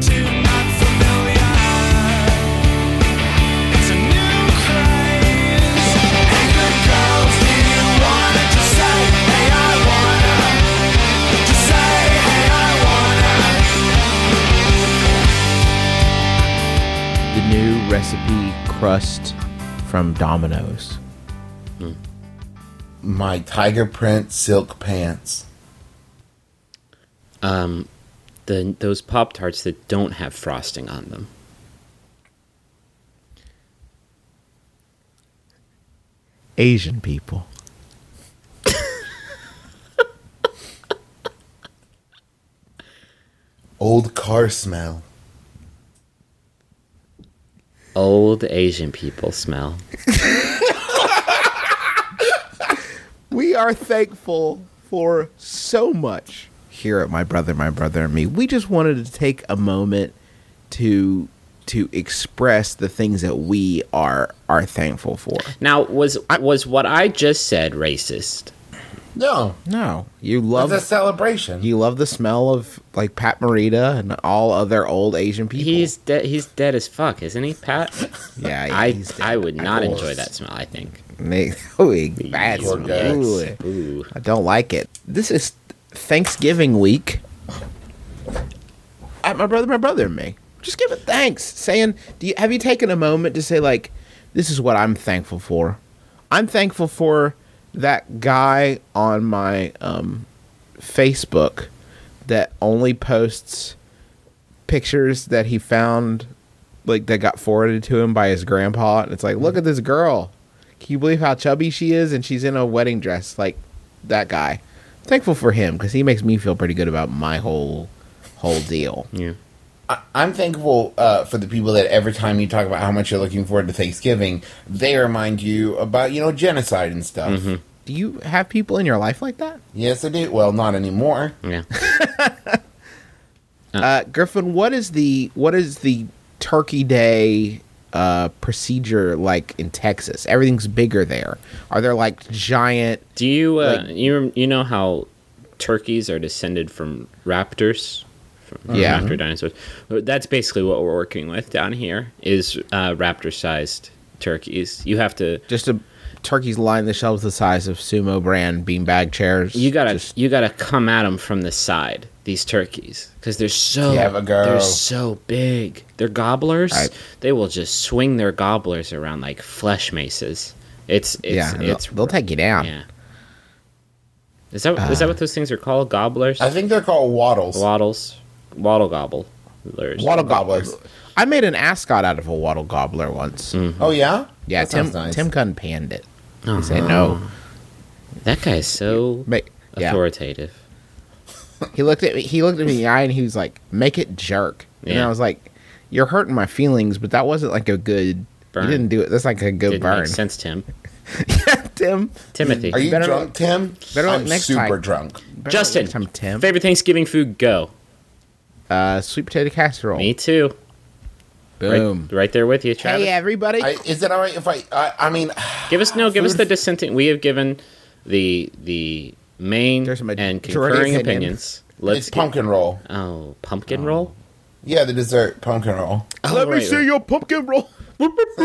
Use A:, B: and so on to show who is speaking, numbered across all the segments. A: too not familiar. It's a new craze. Hey, good girls, do you wanna just say, hey, I wanna? Just say, hey, I wanna.
B: the new recipe crust from Domino's.
C: My tiger print silk pants.
D: Um, the those Pop Tarts that don't have frosting on them.
B: Asian people.
C: Old car smell.
D: Old Asian people smell.
B: We are thankful for so much here at My Brother, My Brother and Me. We just wanted to take a moment to to express the things that we are are thankful for.
D: Now was was what I just said racist?
C: No,
B: No, you
C: it's a
B: love
C: celebration.
B: you love the smell of like Pat Morita and all other old Asian people.
D: He's dead. He's dead as fuck, isn't he, Pat?
B: yeah, yeah,
D: I
B: he's dead.
D: I would not
C: Of
D: enjoy
C: course.
D: that smell. I think.
B: Nick, ooh, that's
C: Poor guy.
B: ooh.
D: Ooh.
B: I don't like it. This is Thanksgiving week. At my brother, my brother, and me. Just giving thanks, saying, "Do you have you taken a moment to say like, this is what I'm thankful for? I'm thankful for that guy on my um, Facebook that only posts pictures that he found, like that got forwarded to him by his grandpa, and it's like, look at this girl. Can you believe how chubby she is? And she's in a wedding dress, like that guy. Thankful for him because he makes me feel pretty good about my whole whole deal.
D: Yeah.
C: I- I'm thankful uh, for the people that every time you talk about how much you're looking forward to Thanksgiving, they remind you about you know genocide and stuff.
B: Do you have people in your life like that?
C: Yes, I do. Well, not anymore.
D: Yeah.
B: Uh, Griffin, what is the what is the Turkey Day uh, procedure like in Texas? Everything's bigger there. Are there like giant?
D: Do you uh, you you know how turkeys are descended from raptors? From from
B: Yeah.
D: Raptor dinosaurs. Well, That's basically what we're working with down here is uh, raptor-sized turkeys. You have to
B: Just a turkeys line the shelves the size of sumo brand beanbag chairs.
D: you gotta
B: Just-
D: you gotta come at them from the side. These turkeys, because they're so
C: Yeah, but girl.
D: they're so big. They're gobblers.
B: Right.
D: They will just swing their gobblers around like flesh maces. It's it's
B: yeah, they'll,
D: it's
B: they'll take Uh, you down.
D: yeah. Is that is that what those things are called? Gobblers.
C: I think they're called waddles.
D: Waddles. Waddle gobble. Lures.
C: Waddle gobblers.
B: I made an ascot out of a wattle gobbler once.
D: Mm.
C: Oh yeah,
B: Yeah,
C: That
B: Tim
C: sounds nice.
B: Tim Gunn panned it. He
D: Uh-huh.
B: said no.
D: That guy is so
B: Make, yeah.
D: authoritative.
B: He looked at me he looked at me in the eye and he was like, Make it jerk. And
D: Yeah.
B: I was like, You're hurting my feelings, but that wasn't like a good
D: Burn.
B: You didn't do it. That's like a good
D: Didn't
B: burn.
D: make sense to him.
B: Tim.
D: Timothy.
C: Are you
B: Better-
C: drunk, Tim?
B: better
C: I'm
B: luck next
C: super
B: time.
C: drunk.
B: Better
D: Justin.
B: next Time, Tim.
D: Favorite Thanksgiving food? Go.
B: Uh, sweet potato casserole.
D: Me too.
B: Boom.
D: Right, right there with you, Travis.
B: Hey everybody.
C: I, is it all right if I? I, I mean,
D: Give us no. Give us
C: Food-
D: the dissenting. We have given the the main
B: There's a majority
D: and concurring
B: opinion.
D: opinions. Let's
C: it's
D: get,
C: pumpkin roll.
D: oh pumpkin roll.
C: Yeah, the dessert pumpkin roll.
B: Let me
D: right,
B: see
D: right.
B: your pumpkin roll.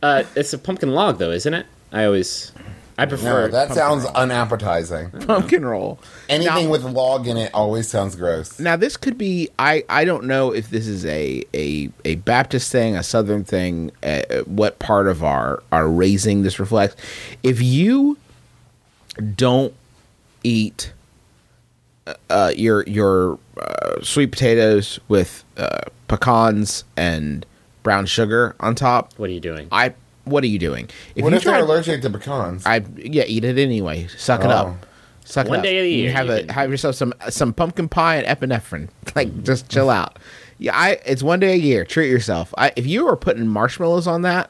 D: Uh, it's a pumpkin log though, isn't it? I always I prefer.
C: No, that sounds unappetizing.
B: Pumpkin roll.
C: Anything
B: Now-
C: with log in it always sounds gross.
B: Now this could be I I don't know if this is a a, a Baptist thing, a Southern thing, uh, uh, what part of our our raising this reflects. If you don't eat uh, your your uh, sweet potatoes with uh, pecans and brown sugar on top,
D: what are you doing?
B: I what are you doing? If
C: what
B: you
C: if they're
B: try-
C: allergic to pecans?
B: I yeah, eat it anyway. Suck it
C: Oh.
B: up. Suck it
D: One
B: up.
D: day of the
B: You
D: year
B: have
D: you
B: a
D: can- Mm.
B: have yourself some some pumpkin pie and epinephrine. Like just chill out. Yeah, I it's one day a year. Treat yourself. I if you are putting marshmallows on that,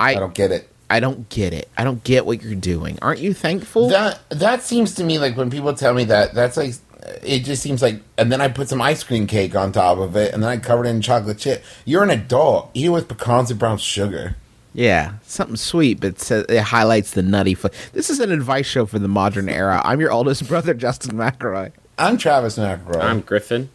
B: I
C: I don't get it.
B: I don't get it. I don't get what you're doing. Aren't you thankful?
C: That that seems to me like when people tell me that, that's like it just seems like. And then I put some ice cream cake on top of it, and then I covered it in chocolate chip. You're an adult. Eat it with pecans and brown sugar.
B: yeah, something sweet, but it, says, it highlights the nutty. Fl- this is an advice show for the modern era. I'm your oldest brother, Justin McElroy.
C: I'm Travis McElroy.
D: I'm Griffin.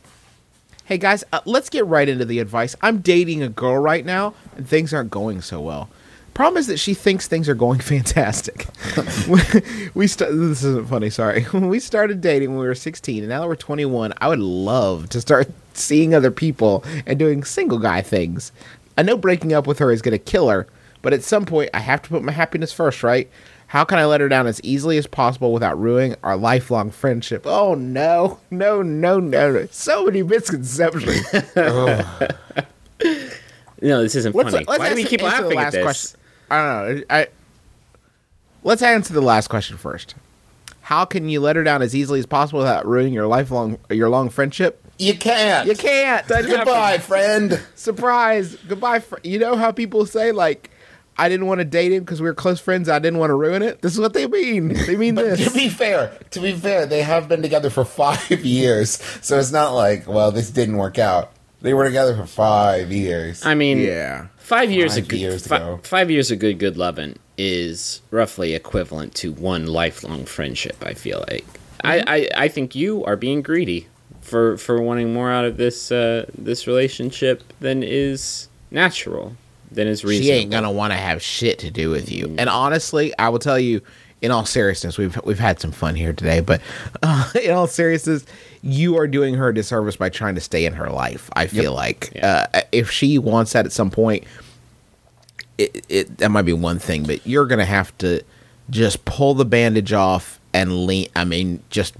B: Hey guys, uh, let's get right into the advice. I'm dating a girl right now, and things aren't going so well. Problem is that she thinks things are going fantastic. we st- this isn't funny. Sorry. When we started dating when we were 16, and now that we're 21, I would love to start seeing other people and doing single guy things. I know breaking up with her is gonna kill her, but at some point I have to put my happiness first, right? How can I let her down as easily as possible without ruining our lifelong friendship? Oh no, no, no, no! no. So many misconceptions.
D: No, this isn't funny. Why do we
B: answer-
D: keep
B: answer the
D: laughing at
B: last
D: this?
B: Question. I don't know. I, let's answer the last question first. How can you let her down as easily as possible without ruining your lifelong your long friendship?
C: you can't.
B: You can't. That
C: Goodbye, friend.
B: Surprise. Goodbye. Fr- you know how people say like, I didn't want to date him because we were close friends. I didn't want to ruin it. This is what they mean. They mean
C: But to
B: this.
C: be fair, to be fair, they have been together for five years, so it's not like well, this didn't work out. They were together for five years.
D: I mean, Five years
C: Five
D: ago,
C: years
D: fi-
C: ago.
D: five years of good good lovin' is roughly equivalent to one lifelong friendship. I feel like
C: Mm-hmm.
D: I, I, I think you are being greedy for for wanting more out of this uh, this relationship than is natural, than is reasonable.
B: She ain't gonna want to have shit to do with you. And honestly, I will tell you, in all seriousness, we've we've had some fun here today, but uh, in all seriousness, you are doing her a disservice by trying to stay in her life. I feel like uh, if she wants that at some point, it, it that might be one thing, but you're gonna have to just pull the bandage off and lean. I mean, just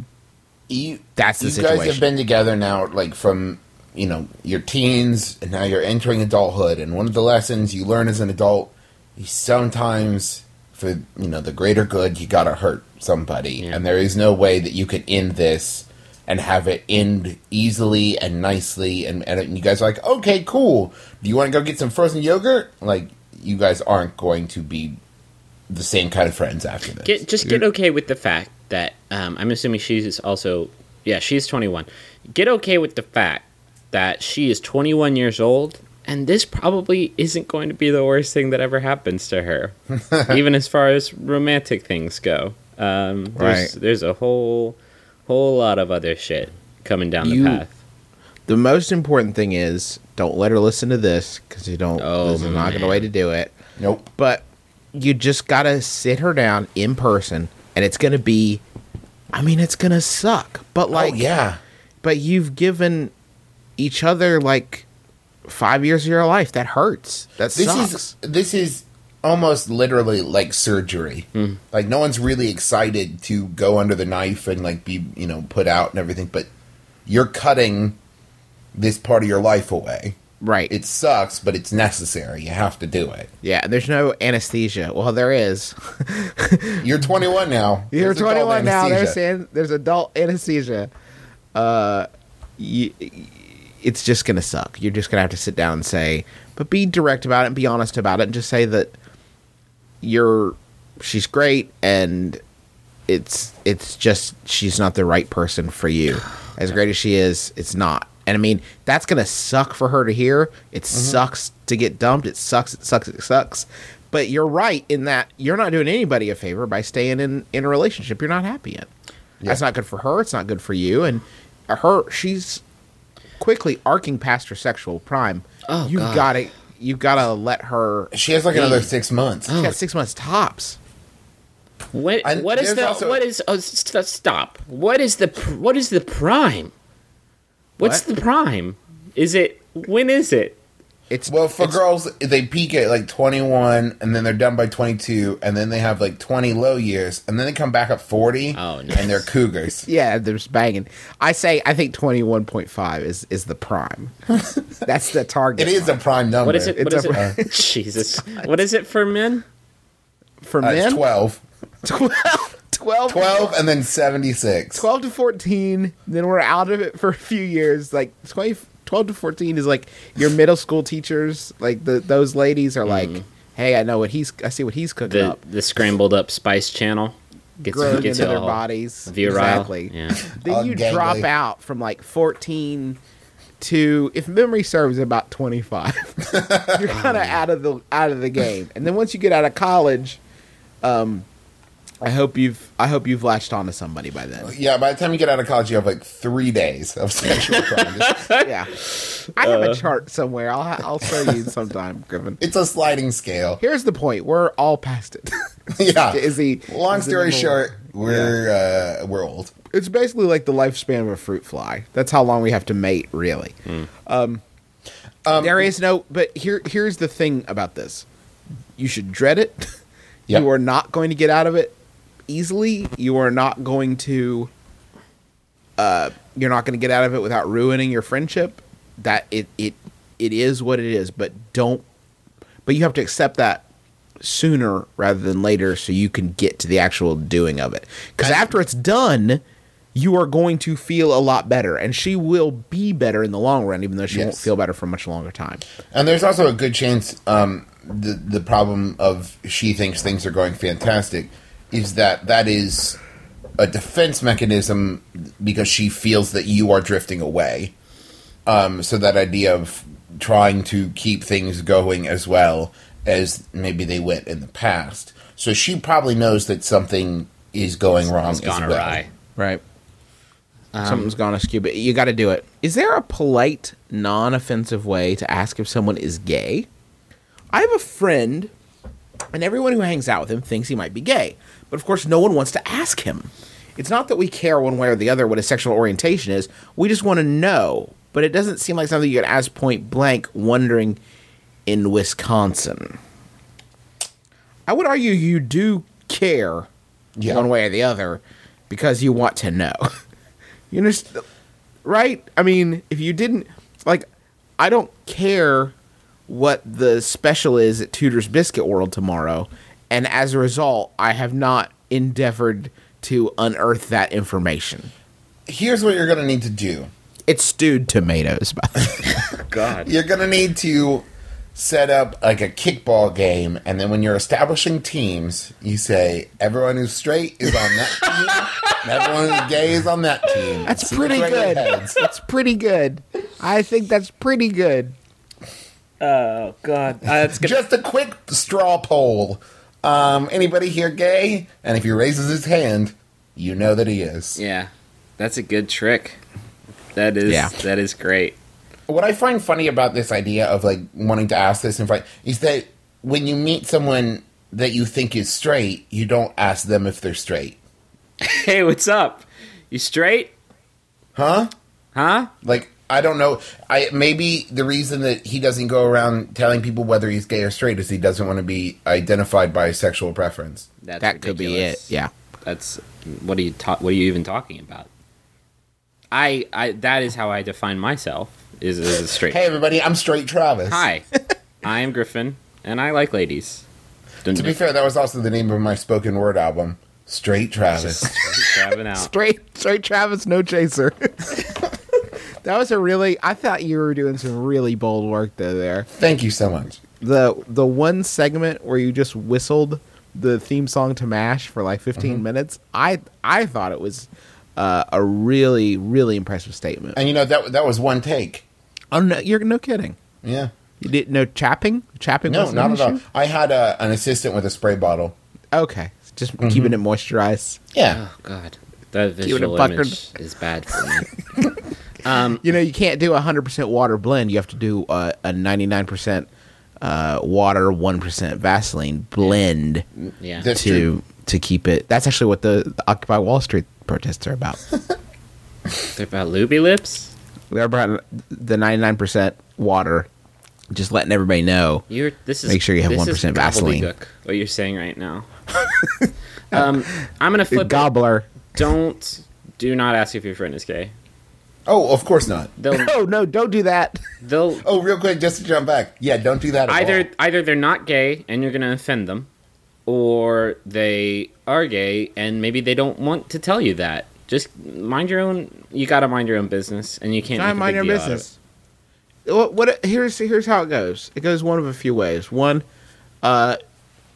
C: you,
B: That's the
C: you guys
B: situation.
C: have been together now, like from you know your teens, and now you're entering adulthood. And one of the lessons you learn as an adult, you sometimes, for you know the greater good, you gotta hurt somebody, and there is no way that you can end this and have it end easily and nicely. And and you guys are like, okay, cool. Do you want to go get some frozen yogurt? Like you guys aren't going to be the same kind of friends after this.
D: Get just get okay with the fact that um, I'm assuming she's also yeah she's 21. Get okay with the fact that she is 21 years old, and this probably isn't going to be the worst thing that ever happens to her, even as far as romantic things go. Um, there's,
B: Right.
D: There's a whole whole lot of other shit coming down
B: You-
D: the path.
B: the most important thing is don't let her listen to this because you don't.
D: Oh,
B: this is not gonna
D: man.
B: way to do it.
C: nope.
B: but you just gotta sit her down in person and it's gonna be i mean it's gonna suck but like
C: oh yeah.
B: but you've given each other like five years of your life that hurts that
C: this
B: sucks
C: is this is almost literally like surgery.
B: Hmm.
C: Like no one's really excited to go under the knife and like be you know put out and everything, but you're cutting this part of your life away.
B: right
C: It sucks, but it's necessary. You have to do it.
B: yeah there's no anesthesia well there is
C: You're 21 now.
B: You're
C: There's adult
B: 21 now. They're
C: anesthesia.
B: saying there's adult anesthesia. Uh, you, it's just gonna suck. You're just gonna have to sit down and say, but be direct about it and be honest about it, and just say that you're she's great and it's it's just she's not the right person for you. As great as she is, it's not. And I mean, that's gonna suck for her to hear. It
D: Mm-hmm.
B: sucks to get dumped. It sucks. It sucks. It sucks. But you're right in that you're not doing anybody a favor by staying in in a relationship you're not happy in. That's not good for her. It's not good for you. And her, she's quickly arcing past her sexual prime.
D: Oh,
B: you
D: God.
B: gotta you gotta let her.
C: she has like another six months.
D: Oh.
B: She's got six months tops.
D: What
C: And
D: what is
C: there's
D: the
C: also-
D: what is oh st- stop? What is the pr- what is the prime? What's
B: What?
D: the prime? Is it when is it?
B: It's
C: Well, for girls, they peak at like 21, and then they're done by 22, and then they have like 20 low years, and then they come back up 40,
D: Oh, nice.
C: and they're cougars.
B: Yeah, there's banging. I say I think twenty one point five is is the prime. That's the target.
C: It is a prime number.
D: What is it? What
B: It's
D: is
B: a-
D: it? Jesus. What is it for men?
B: for
C: Uh, it's
B: men.
C: 12.
B: 12, 12,
C: 12 and then 76.
B: 12 to fourteen. Then we're out of it for a few years, like 20, 12 to 14 is like your middle school teachers, like the, those ladies are like, hey, I know what he's, I see what he's cooking
D: The
B: up.
D: the scrambled up spice channel gets you,
B: Growing
D: gets
B: into
D: you
B: their
D: all
B: bodies.
D: virile.
B: Exactly.
D: Yeah.
B: Then
C: All
B: you
C: gangly.
B: drop out from like 14 to, if memory serves, about 25. You're kind of out of the out of the game. And then once you get out of college, um, I hope you've I hope you've latched on to somebody by then.
C: Yeah, by the time you get out of college, you have like three days of sexual crime. Just-
B: yeah. I have a chart somewhere. I'll ha- I'll show you sometime, Griffin.
C: It's a sliding scale.
B: Here's the point. We're all past it.
C: Yeah.
B: Is he-
C: Long
B: is he
C: story
B: normal?
C: short, we're uh, we're old.
B: it's basically like the lifespan of a fruit fly. That's how long we have to mate, really. Um, there is no. But here here's the thing about this. You should dread it.
C: Yeah.
B: You are not going to get out of it easily. You are not going to. Uh, you're not going to get out of it without ruining your friendship. That it it it is what it is. But don't. But you have to accept that sooner rather than later, so you can get to the actual doing of it. Because after it's done, you are going to feel a lot better, and she will be better in the long run, even though she won't
C: Yes.
B: feel better for a much longer time.
C: And there's also a good chance um, the the problem of she thinks things are going fantastic is that that is a defense mechanism because she feels that you are drifting away. Um, so that idea of trying to keep things going as well as maybe they went in the past. So she probably knows that something is going wrong.
D: It's gone
C: as well.
D: awry.
B: Right. Something's gone askew, but you got to do it. Is there a polite, non-offensive way to ask if someone is gay? I have a friend, and everyone who hangs out with him thinks he might be gay, but of course, no one wants to ask him. It's not that we care one way or the other what his sexual orientation is. We just want to know. But it doesn't seem like something you could ask point blank, wondering in Wisconsin. I would argue you do care
C: Yeah.
B: one way or the other because you want to know. you understand? Right? I mean, if you didn't, like, I don't care what the special is at Tudor's Biscuit World tomorrow. And as a result, I have not endeavored to unearth that information.
C: Here's what you're going to need to do.
B: It's stewed tomatoes, by the way.
D: God.
C: You're gonna need to set up like a kickball game, and then when you're establishing teams, you say everyone who's straight is on that team, and everyone who's gay is on that team.
B: That's
C: See
B: pretty
C: where your
B: good.
C: head's.
B: That's pretty good. I think that's pretty good.
D: Oh God. that's good.
C: Just a quick straw poll. Um, anybody here gay? And if he raises his hand, you know that he is.
D: Yeah, that's a good trick. That is
B: Yeah.
D: that is great.
C: what I find funny about this idea of like wanting to ask this in front is that when you meet someone that you think is straight, you don't ask them if they're straight.
D: Hey, what's up? You straight?
C: Huh?
D: Huh?
C: Like I don't know. I maybe the reason that he doesn't go around telling people whether he's gay or straight is he doesn't want to be identified by sexual preference.
D: That's
B: that could be it.
D: ridiculous.
B: Yeah.
D: That's what are you ta- what are you even talking about? I I that is how I define myself is as a straight.
C: Hey everybody, I'm straight Travis.
D: Hi, I am Griffin, and I like ladies. Dun-
C: To be fair, that was also the name of my spoken word album, Straight Travis.
D: just grabbing out.
B: Straight, straight Travis, no chaser. that was a really. I thought you were doing some really bold work though. There,
C: Thank you so much.
B: the the one segment where you just whistled the theme song to Mash for like 15
C: Mm-hmm.
B: minutes. I I thought it was uh, a really really impressive statement.
C: And you know that that was one take.
B: oh no, you're no kidding.
C: Yeah.
B: You did no chapping. Chapping.
C: No,
B: wasn't an
C: not at all.
B: issue?
C: I had a, an assistant with a spray bottle.
B: Okay, just
C: Mm-hmm.
B: keeping it moisturized.
C: Yeah.
B: Ah.
D: Oh God, that
B: it
D: visual
B: puckered.
D: image is bad for me.
B: You know, you can't do a 100% water blend. You have to do uh, a 99% uh, water, 1% Vaseline blend
D: Yeah,
C: That's
B: to
C: true.
B: to keep it. That's actually what the, the Occupy Wall Street protests are about.
D: They're about Luby lips.
B: They're about the 99% water, just letting everybody know.
D: You're this is
B: Make sure you have
D: this
B: 1%
D: is
B: Vaseline.
D: gobbledygook, What you're saying right now. um, I'm gonna flip. it.
B: Gobbler.
D: Don't do not ask if your friend is gay.
C: Oh, of course not.
D: They'll
B: Oh, no, don't do that.
D: they'll
C: Oh, real quick, just to jump back. Yeah, don't do that. At
D: either
C: all.
D: either they're not gay and you're gonna offend them, or they are gay and maybe they don't want to tell you that. Just mind your own. You gotta mind your own business, and you can't.
B: I
D: make a
B: mind
D: big
B: your
D: deal out of
B: business. what, what here's here's how it goes. It goes one of a few ways. One, uh,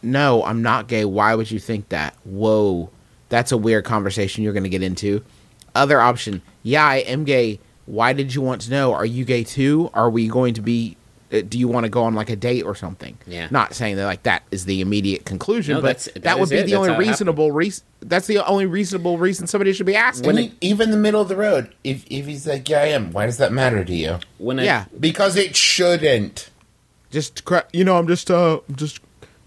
B: no, I'm not gay. Why would you think that? Whoa, that's a weird conversation you're going to get into. Other option, yeah, I am gay. Why did you want to know? Are you gay too? Are we going to be? uh, Do you want to go on like a date or something?
D: Yeah.
B: Not saying that like that is the immediate conclusion,
D: No,
B: but
D: that's-
B: that,
D: that
B: would
D: is
B: be
D: it.
B: the
D: That's
B: only
D: how it happened.
B: reasonable reason. That's the only reasonable reason somebody should be asking.
C: When even the middle of the road, if if he's like, "Yeah, I am," why does that matter to you?
D: When I,
B: yeah.
C: Because it shouldn't.
B: just crack. You know, I'm just uh, just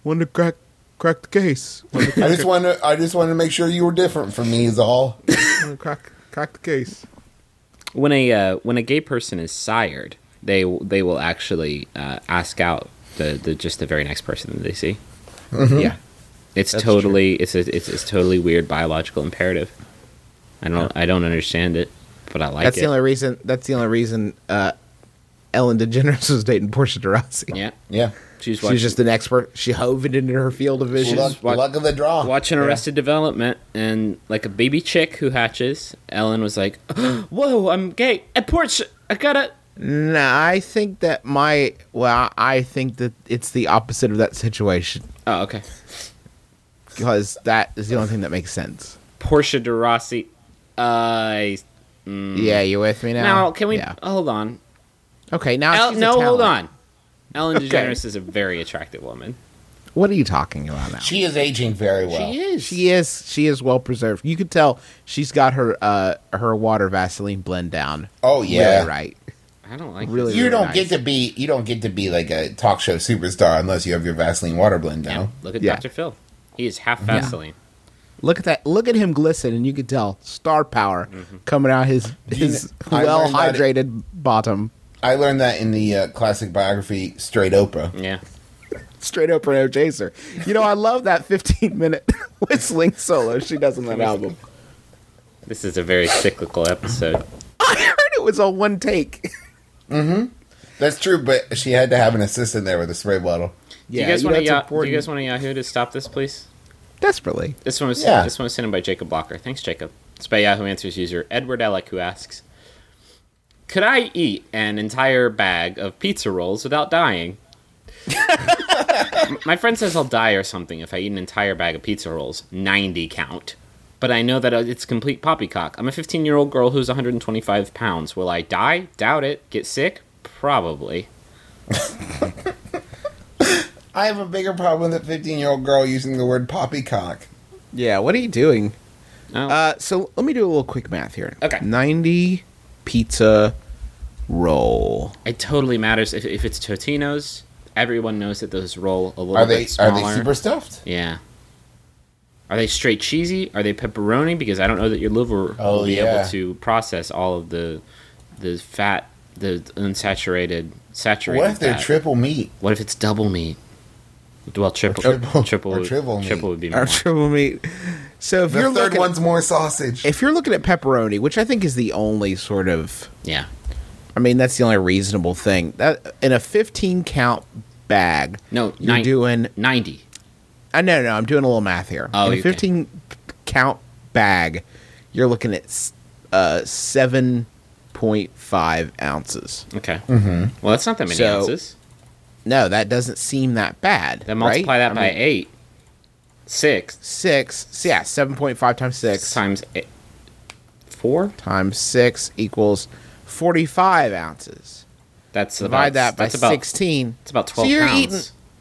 B: wanted to crack crack the case. Wanted
C: I just want to. I just want to make sure you were different from me. Is all.
B: to crack crack the case.
D: when a uh, when a gay person is sired, they they will actually uh, ask out the, the just the very next person that they see.
B: Yeah,
D: It's totally it's a it's, it's totally weird biological imperative. I don't I don't understand it, but I like
B: that's
D: it.
B: the only reason. That's the only reason. Uh, Ellen DeGeneres was dating Portia de Rossi.
D: yeah,
C: Yeah.
D: she's
B: She's
D: watching,
B: just an expert. She hove it into her field of vision.
C: Luck,
D: wa-
C: luck of the draw.
D: watching Arrested Development, and like a baby chick who hatches, Ellen was like, "Whoa, I'm gay." At Porsche, I gotta.
B: Nah, I think that my well, I think that it's the opposite of that situation
D: Oh, okay.
B: because that is the only thing that makes sense.
D: Portia de Rossi. Uh,
B: Yeah, you with me now?
D: now can we
B: Yeah.
D: hold on?
B: Okay, now
D: El-
B: she's a
D: no, hold
B: talent.
D: on. Ellen
B: Okay.
D: DeGeneres is a very attractive woman.
B: What are you talking about now?
C: She is aging very well.
D: She is.
B: She is she is well preserved. You could tell she's got her uh her water Vaseline blend down.
C: Oh yeah.
B: Really right.
D: I don't like
B: Really.
D: really.
C: You don't get
B: nice.
C: to be. You don't get to be like a talk show superstar unless you have your Vaseline water blend down.
D: Look at
B: Yeah.
D: Dr. Phil. He is half Vaseline.
B: Look at that. Look at him glisten, and you could tell star power coming out his his
C: kn- I
B: well
C: learned that it-
B: hydrated bottom.
C: I learned that in the uh, classic biography, Straight Oprah.
D: Yeah.
B: Straight up Reno Chaser. You know, I love that 15 minute whistling solo she does on that album.
D: This is a very cyclical episode.
B: I heard it was a one take.
C: That's true, but she had to have an assistant there with a spray bottle.
D: do you guys want
B: know,
D: to
B: it's
D: ya- do
B: important.
D: you guys want to Yahoo to stop this, please?
B: Desperately.
D: This one was
C: Yeah.
D: this one was sent in by Jacob Blocker. Thanks, Jacob. It's by Yahoo Answers user Edward Alec who asks, "Could I eat an entire bag of pizza rolls without dying?" M- My friend says I'll die or something if I eat an entire bag of pizza rolls, ninety count. But I know that uh, it's complete poppycock. I'm a 15 year old girl who's 125 pounds. Will I die? Doubt it. Get sick? Probably.
C: I have a bigger problem with a 15 year old girl using the word poppycock.
B: Yeah, what are you doing?
D: Oh.
B: Uh, so let me do a little quick math here.
D: Okay.
B: 90 pizza roll.
D: It totally matters if, if it's Totino's. Everyone knows that those roll a little
C: Are
D: bit
C: they
D: smaller.
C: are they super stuffed?
D: Yeah. Are they straight cheesy? Are they pepperoni? Because I don't know that your liver
C: Oh,
D: will be
C: yeah.
D: able to process all of the the fat, the unsaturated, saturated.
C: What if they're
D: fat.
C: triple meat?
D: What if it's double meat? Well, triple,
C: triple-
D: triple,
C: or
D: triple,
C: triple meat.
D: would be
B: Our
D: more.
B: triple meat. So if
C: The
B: you're
C: third
B: looking,
C: one's more sausage.
B: if you're looking at pepperoni, which I think is the only sort of,
D: yeah,
B: I mean, that's the only reasonable thing. That in a 15 count bag,
D: no,
B: you're
D: nine-
B: doing.
D: ninety.
B: I no, no, I'm doing a little math here.
D: Oh,
B: in a
D: okay.
B: 15 count bag, you're looking at s- uh, 7.5 ounces.
D: Okay. Mm-hmm. Well, that's not that many
B: So,
D: ounces.
B: No, that doesn't seem that bad.
D: Then multiply
B: right?
D: that
B: I
D: by
B: mean,
D: eight, six
B: six. s- Yeah, seven point five times six
D: times eight, four.
B: times six equals forty-five ounces.
D: That's
B: Divide
D: about,
B: that by
D: that's about,
B: sixteen.
D: It's about twelve
B: So you're
D: pounds.
B: eating.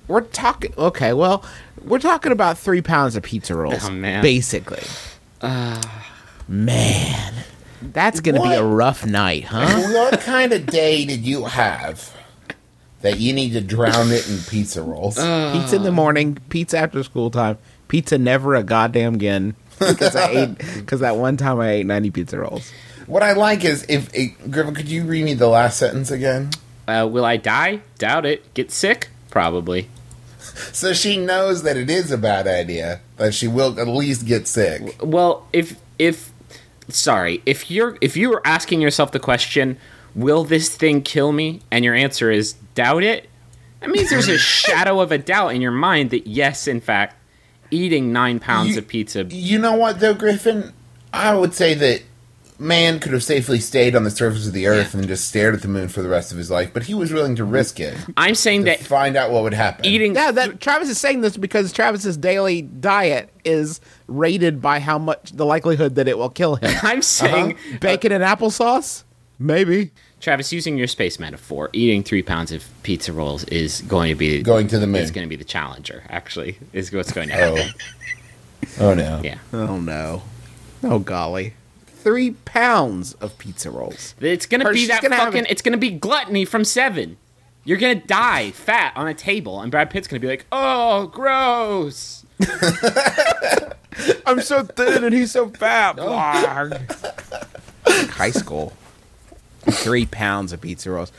B: We're talking. Okay, well, we're talking about three pounds of pizza rolls,
D: Oh, man.
B: basically. man, that's gonna be a
C: What?
B: rough night, huh?
C: what kind of day did you have that you need to drown it in pizza rolls?
D: Uh.
B: pizza in the morning, pizza after school time, pizza never a goddamn again. Because I ate. Because that one time I ate ninety pizza rolls.
C: what I like is if it, Griffin, could you read me the last sentence again?
D: Uh, will I die? Doubt it. Get sick? Probably.
C: So she knows that it is a bad idea, that she will at least get sick.
D: Well, if if sorry, if you're if you were asking yourself the question, will this thing kill me? And your answer is doubt it. That means there's a shadow of a doubt in your mind that yes, in fact, eating nine pounds
C: You-
D: of pizza.
C: You know what, though, Griffin? I would say that man could have safely stayed on the surface of the earth and just stared at the moon for the rest of his life, but he was willing to risk it
D: I'm
C: to
D: saying that
C: find out what would happen.
D: eating
B: Yeah, that Travis is saying this because Travis's daily diet is rated by how much the likelihood that it will kill him.
C: Uh-huh.
B: Uh-huh.
D: I'm saying
B: Bacon and applesauce? Maybe.
D: Travis, using your space metaphor, eating three pounds of pizza rolls is going to be
C: Going to the moon.
D: Is going to be the challenger. Actually, is what's going to happen.
C: Oh. oh no.
D: Yeah,
B: Oh no. Oh golly. Three pounds of pizza rolls.
D: it's going to
B: Or
D: be
B: she's
D: that
B: gonna have
D: fucking.
B: a-
D: It's going to be gluttony from seven. You're going to die fat on a table, and Brad Pitt's going to be like, "Oh, gross."
B: I'm so thin and he's so fat. High school. Three pounds of pizza rolls.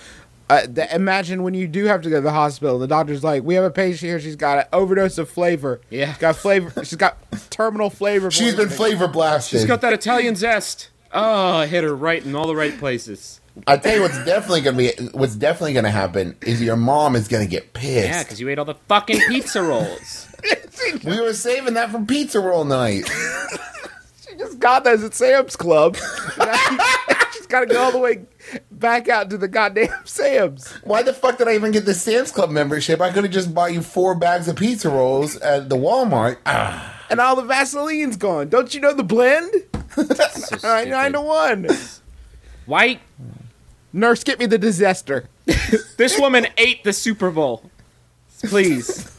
B: Uh, the, imagine when you do have to go to the hospital. The doctor's like, "We have a patient here. She's got an overdose of flavor.
D: Yeah.
B: she's got flavor. She's got terminal flavor.
C: She's been
B: poisoning."
C: flavor blasted.
D: She's got that Italian zest. Oh, I hit her right in all the right places.
C: I tell you what's definitely gonna be what's definitely gonna happen is your mom is gonna get
D: Yeah,
C: pissed.
D: because you ate all the fucking pizza rolls.
C: we were saving that for pizza roll night.
B: She just got those at Sam's Club. she's got to go all the way back out to the goddamn Sam's.
C: Why the fuck did I even get the Sam's Club membership? I could have just bought you four bags of pizza rolls at the Walmart. Ah,
B: and all the Vaseline's gone. Don't you know the blend?
D: So
B: Nine
D: stupid.
B: nine to one.
D: White.
B: Nurse, get me the disaster.
D: This woman ate the Super Bowl. Please.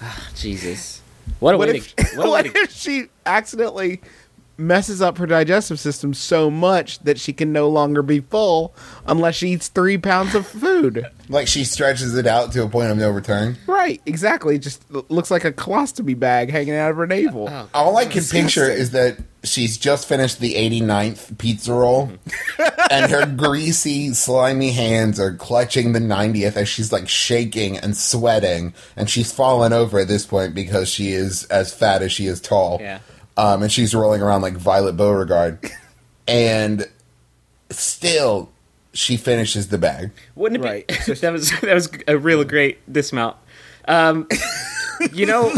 D: Ah, Jesus. What a
B: What
D: way
B: if
D: to. What a
B: what
D: way to
B: if she accidentally messes up her digestive system so much that she can no longer be full unless she eats three pounds of food?
C: Like she stretches it out to a point of no return.
B: right, exactly. It just l- looks like a colostomy bag hanging out of her navel.
C: All I can picture is that she's just finished the 89th pizza roll and her greasy, slimy hands are clutching the 90th as she's like shaking and sweating. And she's fallen over at this point because she is as fat as she is tall.
D: Yeah.
C: Um, and she's rolling around like Violet Beauregard. and still, she finishes the bag.
D: Wouldn't it
B: Right.
D: be? that was that was a real great dismount. Um, you know,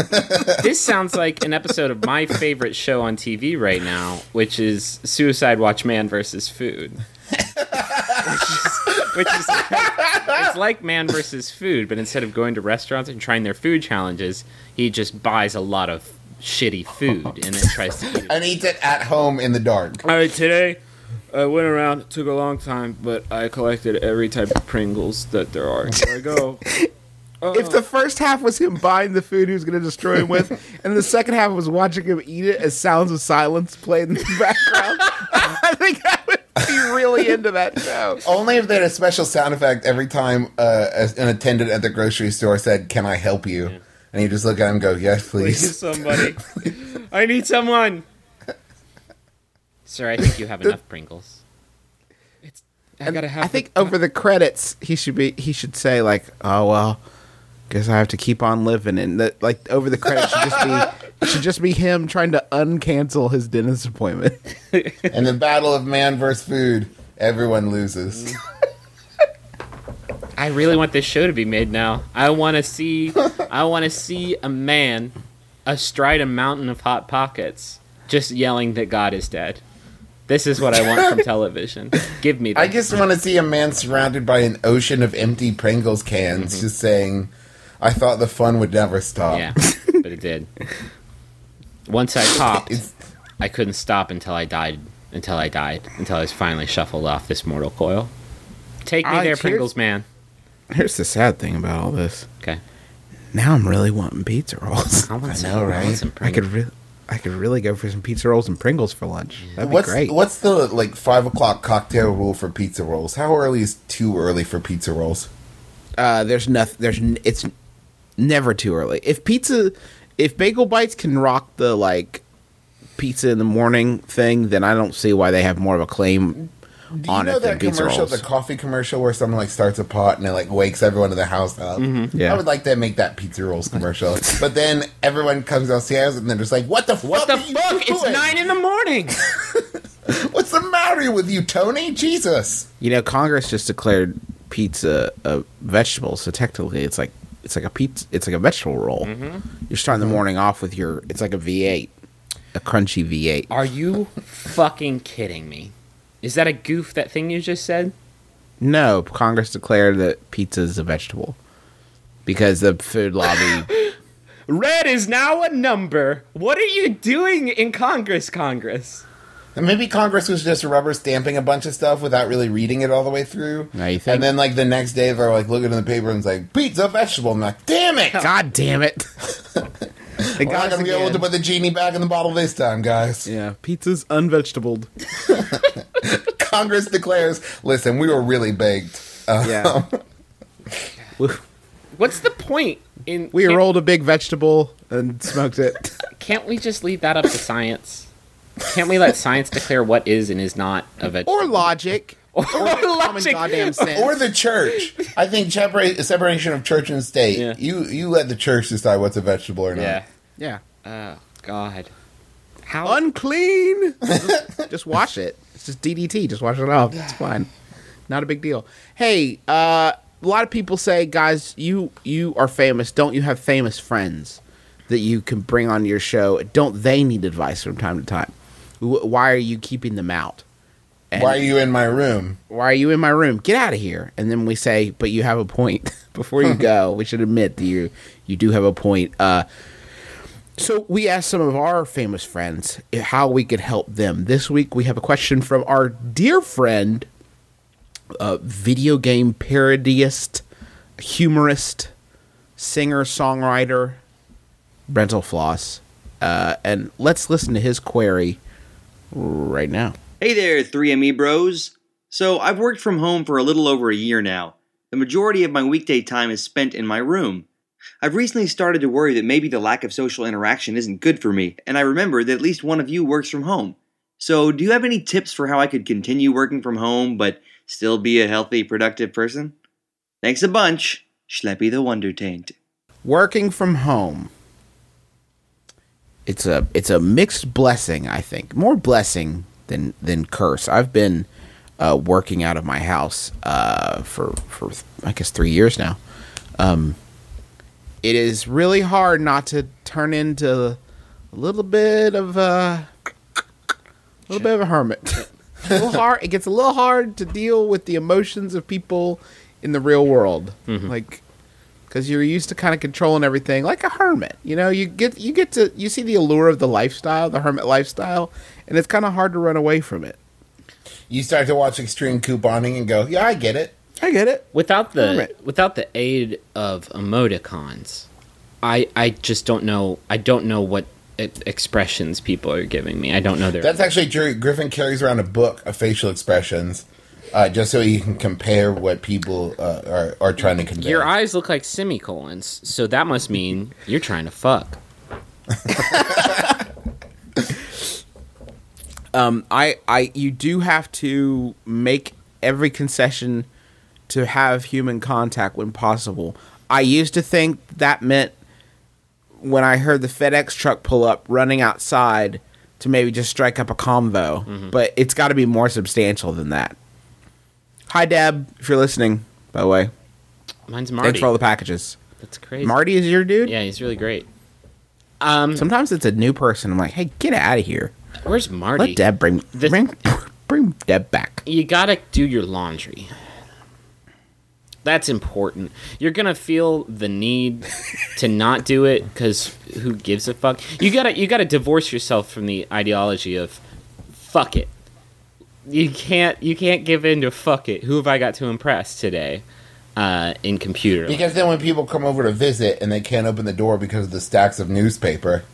D: this sounds like an episode of my favorite show on TV right now, which is Suicide Watch Man versus Food. which is, which is it's like Man versus Food, but instead of going to restaurants and trying their food challenges, he just buys a lot of shitty food and then tries to eat it.
C: And eats it at home in the dark.
D: All right, today I went around. It took a long time, but I collected every type of Pringles that there are. Here I go.
B: If the first half was him buying the food he was going to destroy him with, and the second half was watching him eat it as sounds of silence played in the background, I think I would be really into that show.
C: Only if they had a special sound effect every time uh, as- an attendant at the grocery store said, "Can I help you?" And you just look at him and go, "Yes, please."
D: somebody. I need someone. Sir, I think you have enough Pringles. It's. I gotta have.
B: I think over the credits, he should be he should say like, "Oh well, guess I have to keep on living." And that like over the credits should just be it should just be him trying to uncancel his dentist appointment.
C: and the battle of man versus food, everyone loses.
D: I really want this show to be made now. I want to see. I want to see a man astride a mountain of hot pockets, just yelling that God is dead. This is what I want from television. Give me. That.
C: I just want to see a man surrounded by an ocean of empty Pringles cans, just saying, "I thought the fun would never stop."
D: Yeah, but it did. Once I popped,
C: It's-
D: I couldn't stop until I died. Until I died. Until I was finally shuffled off this mortal coil. Take me
B: Ah,
D: there,
B: cheers.
D: Pringles man.
B: Here's the sad thing about all this.
D: Okay.
B: Now I'm really wanting pizza rolls.
D: I, want
C: I know,
D: want
C: right?
D: some
B: I could
D: Pringles.
B: really, I could really go for some pizza rolls and Pringles for lunch. That'd be
C: What's
B: great.
C: what's the like five o'clock cocktail rule for pizza rolls? How early is too early for pizza rolls?
B: Uh, there's nothing. There's n- it's never too early. If pizza, if bagel bites can rock the like pizza in the morning thing, then I don't see why they have more of a claim
C: Do you
B: on
C: know
B: it than
C: that
B: pizza
C: commercial,
B: rolls.
C: the coffee commercial, where someone like starts a pot and it like wakes everyone in the house up?
B: Yeah.
C: I would like to make that pizza rolls commercial, but then everyone comes downstairs and they're just like, "What the
D: What
C: fuck?
D: the
C: are you
D: fuck? It's
C: doing?
D: nine in the morning.
C: What's the matter with you, Tony? Jesus!
B: you know, Congress just declared pizza a vegetable, so technically it's like it's like a pizza. It's like a vegetable roll. You're starting
C: Mm-hmm.
B: the morning off with your. It's like a V8, a crunchy V8.
D: Are you fucking kidding me? Is that a goof? That thing you just said?
B: No, Congress declared that pizza is a vegetable because the food lobby.
D: Red is now a number. What are you doing in Congress, Congress?
C: And maybe Congress was just rubber stamping a bunch of stuff without really reading it all the way through.
B: Now you think-
C: And then like the next day they're like looking in the paper and it's like pizza vegetable. I'm like, damn it!
B: God damn it! they
C: We're not
B: got us
C: gonna be able to
B: again.
C: put the genie back in the bottle this time, guys.
B: Yeah, pizza's unvegetabled.
C: Congress declares, listen, we were really baked. Uh,
B: Yeah, we,
D: What's the point in
B: we
D: can't,
B: rolled a big vegetable and smoked it.
D: can't we just leave that up to science? Can't we let science declare what is and is not a vegetable?
B: or logic.
D: Or,
B: Common
D: logic.
B: goddamn sense.
C: Or the church. I think separa- separation of church and state.
D: Yeah.
C: You you let the church decide what's a vegetable or not.
D: Yeah.
B: yeah,
D: Oh God. How
B: unclean. just, just wash it. It's just DDT. Just wash it off. It's fine. Not a big deal. Hey, uh, a lot of people say, guys, you you are famous. Don't you have famous friends that you can bring on your show? Don't they need advice from time to time? Wh- Why are you keeping them out? And
C: Why are you in my room?
B: why are you in my room? Get out of here. And then we say, but you have a point. Before you go, we should admit that you you do have a point. Uh, so we asked some of our famous friends how we could help them. This week we have a question from our dear friend, uh, video game parodiist, humorist, singer, songwriter, Brental Floss. Uh, and let's listen to his query right now.
E: Hey there, 3ME bros. So, I've worked from home for a little over a year now. The majority of my weekday time is spent in my room. I've recently started to worry that maybe the lack of social interaction isn't good for me, and I remember that at least one of you works from home. So, do you have any tips for how I could continue working from home but still be a healthy, productive person? Thanks a bunch, Schleppy the Wonder Taint.
B: working from home it's a it's a mixed blessing i think more blessing than than curse i've been uh, working out of my house uh, for for i guess three years now um, it is really hard not to turn into a little bit of uh, a little bit of a hermit. a little hard. It gets a little hard to deal with the emotions of people in the real world, like because you're used to kind of controlling everything, like a hermit. You know, you get you get to you see the allure of the lifestyle, the hermit lifestyle, and it's kind of hard to run away from it.
C: You start to watch extreme couponing and go, yeah, I get it.
B: I get it.
D: without the
B: Hermit.
D: without the aid of emoticons, I I just don't know. I don't know what e- expressions people are giving me. I don't know their.
C: That's actually true. Griffin carries around a book of facial expressions uh, just so he can compare what people uh, are, are trying to convey.
D: your eyes look like semicolons, so that must mean you're trying to fuck.
B: um, I, I, you do have to make every concession to have human contact when possible. I used to think that meant when I heard the FedEx truck pull up, running outside to maybe just strike up a convo, but it's got to be more substantial than that. Hi, Deb, if you're listening, by the way.
D: Mine's Marty.
B: Thanks for all the packages.
D: That's crazy.
B: Marty is your dude.
D: Yeah, he's really great. Um,
B: Sometimes it's a new person. I'm like, hey, get out of here.
D: where's Marty?
B: Let Deb bring
D: The-
B: bring bring Deb back.
D: you gotta do your laundry. That's important. You're gonna feel the need to not do it because who gives a fuck? You gotta you gotta divorce yourself from the ideology of fuck it. You can't you can't give in to fuck it. Who have I got to impress today? Uh, in computer.
C: Because then when people come over to visit and they can't open the door because of the stacks of newspaper,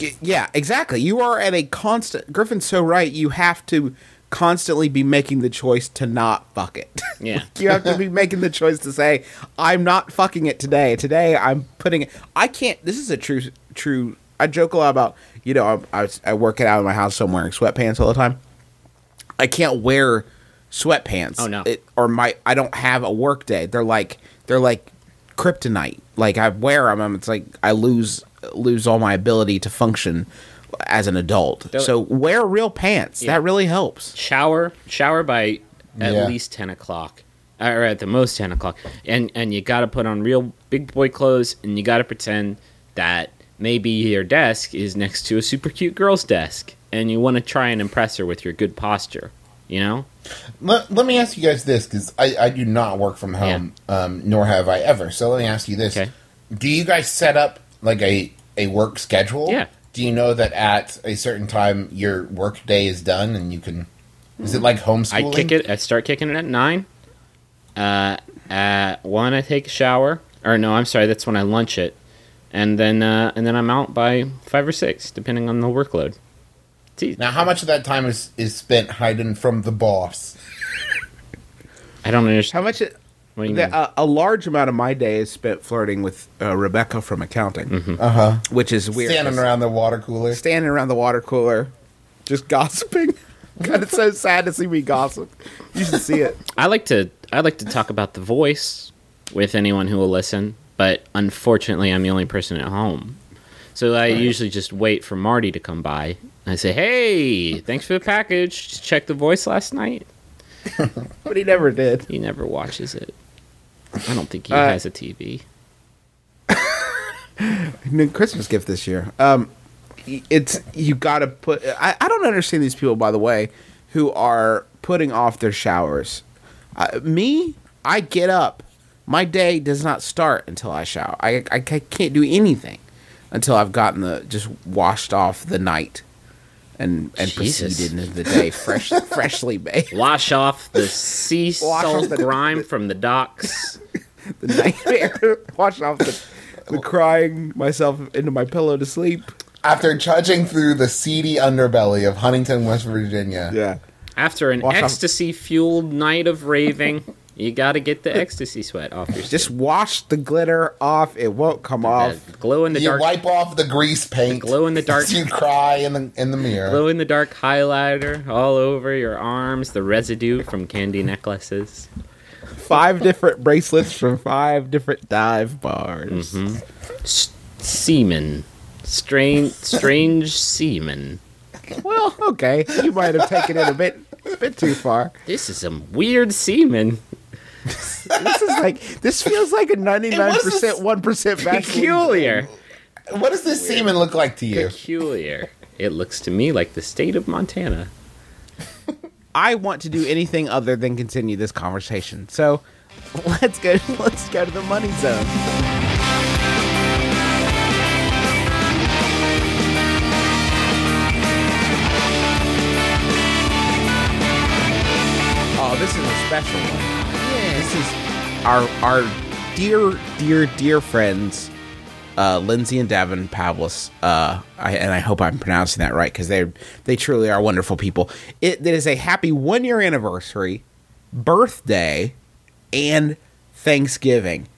B: Y- yeah, exactly. You are at a constant. Griffin's so right. You have to constantly be making the choice to not fuck it.
D: yeah.
B: you have to be making the choice to say, "I'm not fucking it today. Today, I'm putting it. I can't. This is a true, true. I joke a lot about. You know, I, I, I work it out in my house, so I'm wearing sweatpants all the time. I can't wear sweatpants.
D: Oh, no.
B: It, or my I don't have a work day. They're like they're like kryptonite. Like I wear them, and it's like I lose lose all my ability to function as an adult.
D: They're-
B: so wear real pants. That really helps.
D: shower shower by at
C: Yeah.
D: least 10 o'clock or at the most 10 o'clock and and you gotta put on real big boy clothes and you gotta pretend that maybe your desk is next to a super cute girl's desk and you want to try and impress her with your good posture You know?
C: Let, let me ask you guys this because I, I do not work from home, um, nor have I ever. So let me ask you this:
D: Okay.
C: Do you guys set up like a a work schedule?
D: Yeah.
C: Do you know that at a certain time your work day is done and you can? Is it like
D: I
C: homeschooling?
D: kick it. I start kicking it at nine. Uh, at one, I take a shower. Or no, I'm sorry. That's when I lunch it, and then uh, and then I'm out by five or six, depending on the workload. It's easy.
C: Now, how much of that time is is spent hiding from the boss?
D: I don't
B: How
D: understand.
B: much? It,
D: What do you mean?
B: the, uh, a, a large amount of my day is spent flirting with uh, Rebecca from accounting,
D: Hmm.
C: Uh huh.
B: which is weird.
C: Standing around the water cooler.
B: standing around the water cooler, just gossiping. God, it's so sad to see me gossip. You should see it.
D: I like to I like to talk about the voice with anyone who will listen, but unfortunately, I'm the only person at home. So I usually just wait for Marty to come by. I say, "Hey, thanks for the package. Just check the voice last night."
B: But he never did.
D: He never watches it. I don't think he
B: Uh,
D: has a TV.
B: new Christmas gift this year. Um, y- it's you got to put. I, I don't understand these people, by the way, who are putting off their showers. Uh, me, I get up. My day does not start until I shower. I, I ca- can't do anything until I've gotten the just washed off the night, and and
D: Jesus.
B: proceeded into the day fresh, freshly bathed.
D: Wash off the sea
B: Wash off
D: salt
B: the-
D: grime from the docks.
B: The nightmare, washed off the, the crying myself into my pillow to sleep.
C: After trudging through the seedy underbelly of Huntington, West Virginia.
B: Yeah.
D: After an
B: Wash off-
D: ecstasy fueled night of raving, you got to get the ecstasy sweat off your
B: Just
D: skin.
B: wash the glitter off. It won't come off.
D: That glow in the
C: You
D: dark
C: wipe off the grease paint.
D: glow in the dark-
C: You cry in the in the mirror.
D: glow in the dark highlighter all over your arms, the residue from candy necklaces.
B: Five different bracelets from five different dive bars.
D: S- semen. Strange strange semen.
B: Well, okay. You might have taken it a bit a bit too far.
D: This is some weird semen.
B: This is like this feels like a ninety nine percent, one percent vacuum.
D: Peculiar.
C: what does this semen look like to you?
D: Peculiar. It looks to me like the state of Montana.
B: I want to do anything other than continue this conversation. So let's go let's go to the money zone. Oh, this is a special one. This is our our dear, dear, dear friends, uh, Lindsay and Davin Pavlis. Uh, I, and I hope I'm pronouncing that right because they they truly are wonderful people. It, it is a happy one year anniversary, birthday, and Thanksgiving.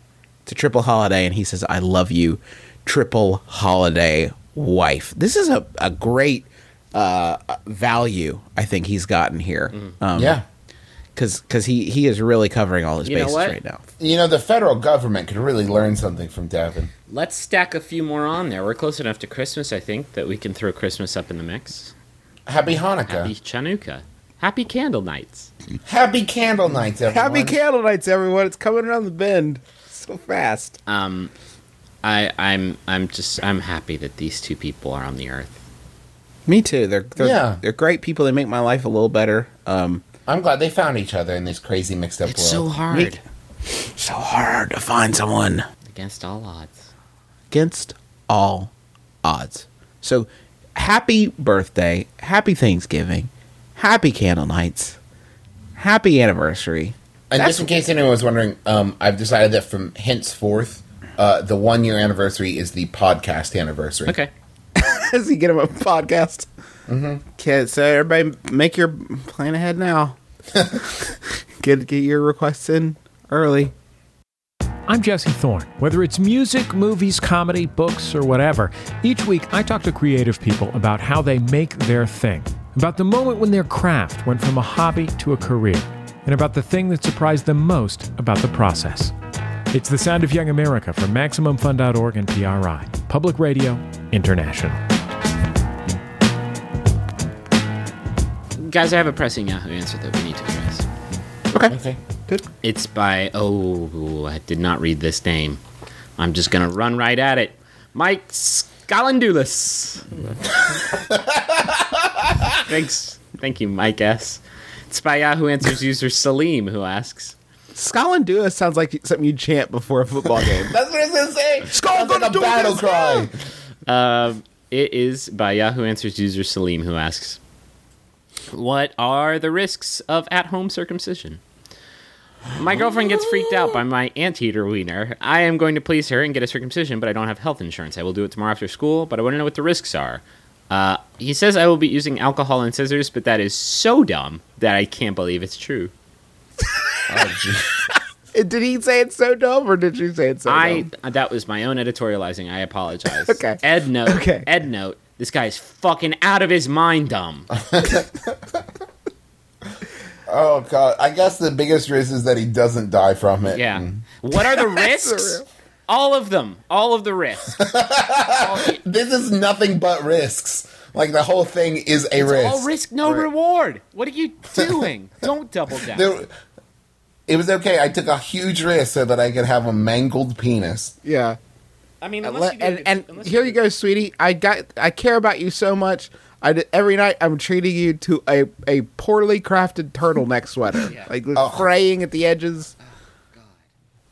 B: It's a triple holiday, and he says, "I love you, triple holiday wife." This is a a great uh, value I think he's gotten here. Um,
C: Yeah.
B: because because he he is really covering all his
D: You know
B: bases
D: what?
B: right now.
C: You know, the federal government could really learn something from Davin.
D: Let's stack a few more on there. We're close enough to Christmas, I think, that we can throw Christmas up in the mix.
C: Happy Hanukkah.
D: Happy Chanukah. Happy Candle Nights.
C: Happy candle nights, everyone.
B: Happy candle nights, everyone! It's coming around the bend so fast.
D: Um, I, I'm, I'm just, I'm happy that these two people are on the earth.
B: Me too. They're they're,
C: Yeah.
B: they're great people. They make my life a little better. Um,
C: I'm glad they found each other in this crazy mixed up
D: It's so
C: world.
D: hard
B: Meet- so hard to find someone
D: against all odds.
B: against all odds. So happy birthday, happy Thanksgiving, happy candle nights, happy anniversary.
C: and just in case anyone was wondering, um, I've decided that from henceforth, uh, the one year anniversary is the podcast anniversary.
D: Okay.
B: As you get him a podcast. Okay, so everybody make your plan ahead now. get get your requests in early.
F: I'm Jesse Thorne. Whether it's music, movies, comedy, books, or whatever, each week I talk to creative people about how they make their thing, about the moment when their craft went from a hobby to a career, and about the thing that surprised them most about the process. It's the sound of young America from MaximumFun.org and PRI, Public Radio International.
D: Guys, I have a pressing Yahoo answer that we need to address.
B: Okay. Good.
D: It's by, oh, I did not read this name. I'm just going to run right at it. Mike Scalandulis. Thanks. Thank you, Mike S. It's by Yahoo Answers user Salim who asks,
B: Scotland Dua sounds like something you chant before a football game.
C: That's what I was gonna say.
B: Skull
C: Sounds
B: gonna
C: like a
B: do
C: battle
B: this
C: cry.
D: Um, it is by Yahoo Answers user Salim who asks, "What are the risks of at-home circumcision?" My girlfriend gets freaked out by my anteater wiener. I am going to please her and get a circumcision, but I don't have health insurance. I will do it tomorrow after school, but I want to know what the risks are. Uh, he says I will be using alcohol and scissors, but that is so dumb that I can't believe it's true.
B: Did he say it's so dumb, or did you say it's so
D: I uh,
B: dumb?
D: that was my own editorializing. I apologize.
B: Okay.
D: Ed note.
B: Okay.
D: Ed note. This guy's fucking out of his mind, dumb.
C: Oh god! I guess the biggest risk is that he doesn't die from it. Mm-hmm.
D: Yeah. What are the
B: the
D: risks?
B: real-
D: All of them. All of the risks. all,
C: This is nothing but risks. Like the whole thing is a risk.
D: all risk, no reward. What are you doing? Don't double down.
C: There- it was okay. I took a huge risk so that I could have a mangled penis.
B: Yeah.
D: I mean,
B: And,
D: unless
B: le-
D: you do
B: and,
D: it-
B: and
D: unless
B: here
D: do
B: you go, sweetie. I got. I care about you so much. I d- every night I'm treating you to a, a poorly crafted turtleneck sweater, like with fraying at the edges.
D: it-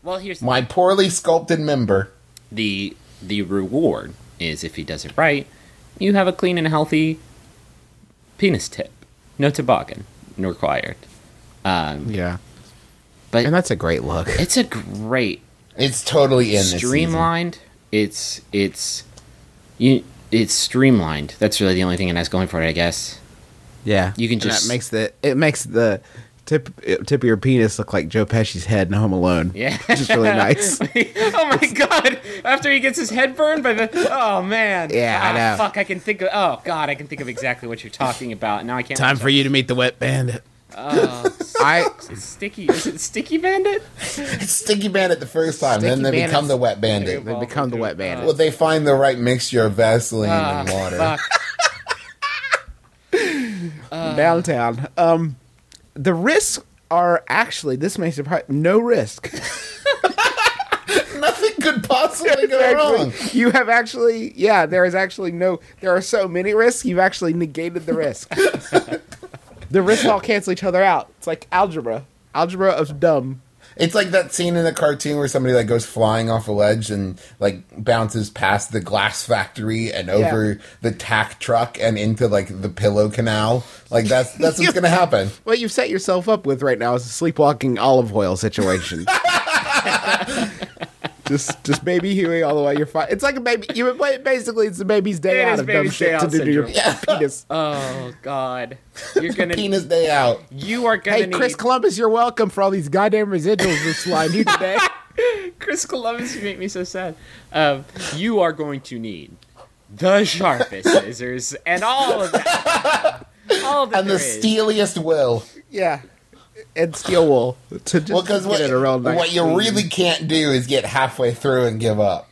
D: Well, here's
C: My poorly sculpted member.
D: the the reward is if he does it right, you have a clean and healthy penis tip. No toboggan required. Um,
B: Yeah,
D: but
B: and that's a great look.
D: it's a great
C: It's totally in this. Streamline.
D: streamlined. It's it's you. It's streamlined. That's really the only thing it has going for it, I guess.
B: Yeah,
D: You can
B: And
D: just-
B: that makes the it makes the tip tip of your penis look like Joe Pesci's head in Home Alone.
D: Yeah.
B: which is really nice.
D: oh my god! After he gets his head burned by the oh man.
B: Yeah, I
D: Ah,
B: know.
D: Fuck! I can think of oh god! I can think of exactly what you're talking about. Now I can't.
B: Time for you to meet the wet bandit. I
D: Oh. It's sticky. Is it sticky bandit?
C: Sticky Bandit the first time,
B: Sticky
C: then they
B: Bandit's-
C: become the Wet Bandit.
B: they become the wet bandit.
C: Well, they find the right mixture of Vaseline
D: Ah,
C: and water.
D: fuck.
B: downtown. Um, the risks are actually this may surprise no risk.
C: Nothing could possibly go
B: Actually,
C: wrong.
B: You have actually yeah. There is actually no. There are so many risks. You've actually negated the risk. the risks all cancel each other out. It's like algebra. Algebra of dumb.
C: It's like that scene in a cartoon where somebody like goes flying off a ledge and like bounces past the glass factory and over the tack truck and into like the pillow canal. Like that's that's what's gonna happen.
B: What you've set yourself up with right now is a sleepwalking olive oil situation. just, just baby Huey all the way. You're fine. It's like a baby. You basically it's the baby's day
D: It
B: out
D: is
B: of dumb
D: baby's day
B: shit to
D: out
B: do to your
C: syndrome.
B: penis.
D: Oh god! You're gonna.
C: Penis day out.
D: You are gonna
B: Hey, Chris
D: need
B: Columbus, you're welcome for all these goddamn residuals this slide you today.
D: Chris Columbus. You make me so sad. Um, you are going to need the sharpest scissors and all of that. All that
C: And the
D: there is.
C: steeliest will.
B: yeah. And steel wool to just
C: Well, because
B: get
C: what,
B: it a real nice
C: what you
B: clean-
C: really can't do is get halfway through and give up.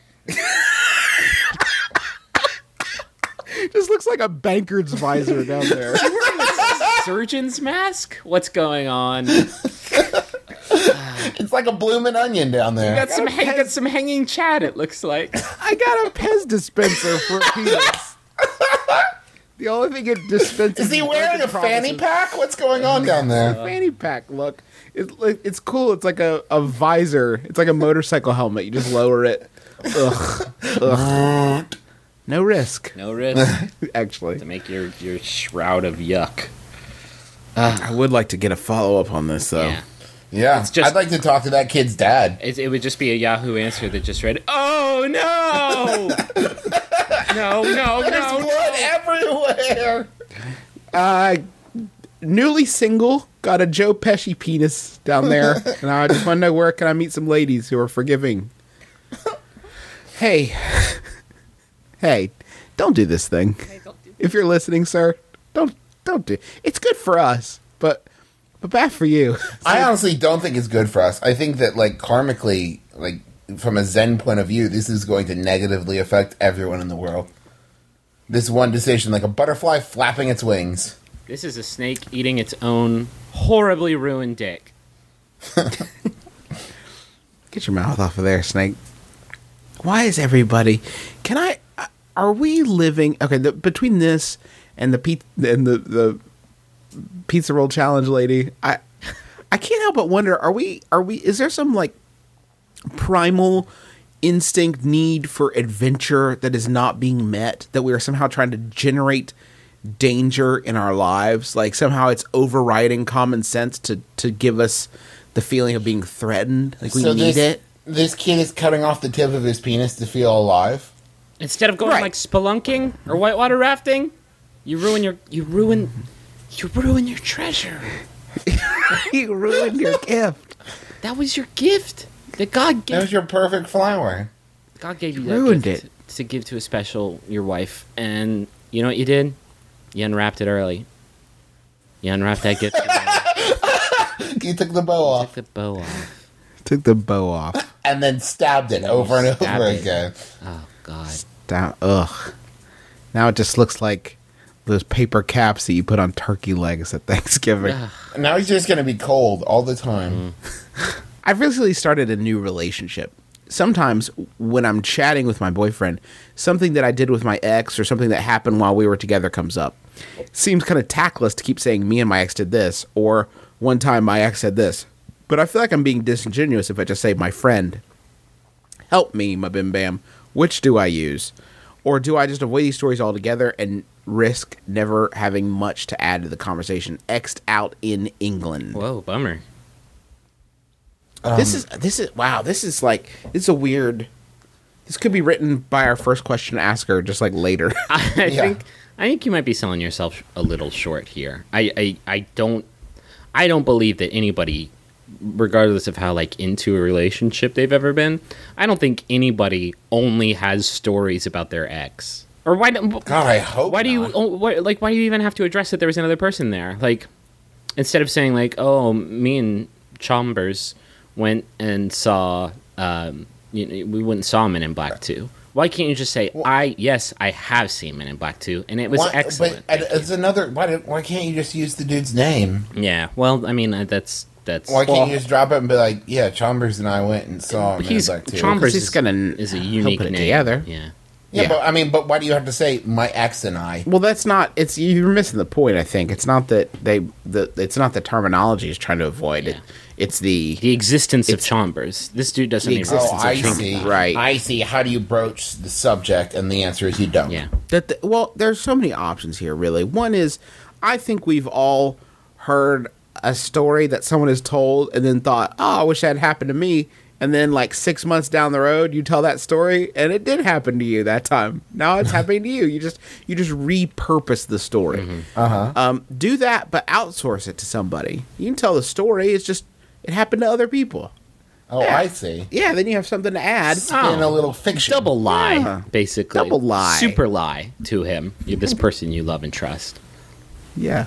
B: just looks like a banker's visor down there.
D: surgeon's mask? What's going on?
C: It's like a blooming onion down there.
D: Got some hang- got some hanging chat. It looks like.
B: I got a Pez dispenser for a penis. the only thing it dispenses
C: is he wearing a fanny
B: promises-
C: pack? What's going on down
D: Uh,
C: there?
B: fanny pack look. It, it- it's cool. It's like a, a visor. It's like a motorcycle helmet. You just lower it. Ugh. Ugh. No risk,
D: No risk
B: actually.
D: to make your your shroud of yuck.
B: Ah, I would like to get a follow up on this though.
D: Yeah.
C: Yeah,
D: just-
C: I'd like to talk to that kid's dad.
D: It, it would just be a Yahoo answer that just read, "Oh no, no, no, no,
C: blood everywhere.
B: Uh, newly single, got a Joe Pesci penis down there, and I just want to know where can I meet some ladies who are forgiving. Hey, hey, don't do this thing. If you're listening, sir, don't don't do. It's good for us, but but bad for you.
C: I honestly don't think it's good for us. I think that like karmically, like from a Zen point of view, this is going to negatively affect everyone in the world. This one decision, like a butterfly flapping its wings.
D: This is a snake eating its own horribly ruined dick.
B: Get your mouth off of there, snake. Why is everybody? Can I? Are we living okay? The, between this and the pe- and the the pizza roll challenge lady, I I can't help but wonder: Are we? Are we? Is there some like primal instinct need for adventure that is not being met? That we are somehow trying to generate danger in our lives? Like somehow it's overriding common sense to to give us the feeling of being threatened. Like we need
C: this,
B: it.
C: This kid is cutting off the tip of his penis to feel alive.
D: Instead of going
B: Right.
D: like spelunking or whitewater rafting, you ruin your you ruin you ruin your treasure.
B: you ruined your gift.
D: That was your gift that God
C: That
D: gave.
C: was your perfect flower.
D: God gave you
B: You
D: that
B: ruined
D: gift
B: it.
D: to, to give to a special your wife, and you know what you did? You unwrapped it early. You unwrapped that gift. You
C: You took the bow
D: took
C: off
D: the bow off.
B: Took the bow off.
C: and then stabbed it over and
D: Stabbed
C: over
D: it.
C: again.
D: Oh God.
B: Down. Ugh. Now it just looks like those paper caps that you put on turkey legs at Thanksgiving.
D: Ugh.
C: Now he's just gonna be cold all the time.
D: Mm-hmm.
B: I've recently started a new relationship. Sometimes when I'm chatting with my boyfriend, something that I did with my ex or something that happened while we were together comes up. seems kind of tactless to keep saying me and my ex did this or one time my ex said this. But I feel like I'm being disingenuous if I just say my friend. Help me, my bim bam. Which do I use? Or do I just avoid these stories altogether and risk never having much to add to the conversation? X'd out in England
D: Whoa, bummer.
B: this is this is wow. This is like this is a weird. This could be written by our first question asker, just like later.
D: I I
C: Yeah.
D: think I think you might be selling yourself a little short here. I, I I don't I don't believe that anybody, regardless of how like into a relationship they've ever been, I don't think anybody only has stories about their ex. Or why don't
C: God, I hope.
D: why do you
C: not.
D: oh, why, like why do you even have to address that there was another person there? Like instead of saying like oh me and Chambers went and saw um you know, we went and saw Men in Black two. Why can't you just say I yes I have seen Men in Black two and it was
C: Why-
D: excellent.
C: But it's another. Why, do- why can't you just use the dude's name?
D: yeah, well I mean uh, that's that's
C: Why can't
D: well,
C: you just drop it and be like, "Yeah, Chambers and I went and saw him."
D: he's
C: He's like,
D: Chambers
B: Because he's
D: is,
B: gonna
D: is a
B: help
D: unique
B: put it
D: name.
B: together.
D: Yeah.
C: yeah,
B: yeah.
C: but I mean, but why do you have to say my ex and I?
B: well, that's not. It's you're missing the point. I think it's not that they. The it's not the terminology he's trying to avoid. It,
D: Yeah.
B: it's the.
D: The existence of Chambers. This dude doesn't
B: The
D: even
B: existence
C: Oh,
B: Since
C: I
B: it's Trump,
C: see.
B: right.
C: I see. How do you broach the subject? And the answer is you don't.
D: Yeah.
B: that the, well there's so many options here really one is i think we've all heard a story that someone has told and then thought oh i wish that happened to me and then like six months down the road you tell that story and it did happen to you that time now it's happening to you you just you just repurpose the story um, do that but outsource it to somebody you can tell the story it's just it happened to other people
C: Oh, I see.
B: yeah then you have something to add
C: In a little fiction.
D: Oh. double lie,
B: Yeah.
D: basically.
B: Double lie.
D: Super lie to him, you- this person you love and trust.
B: yeah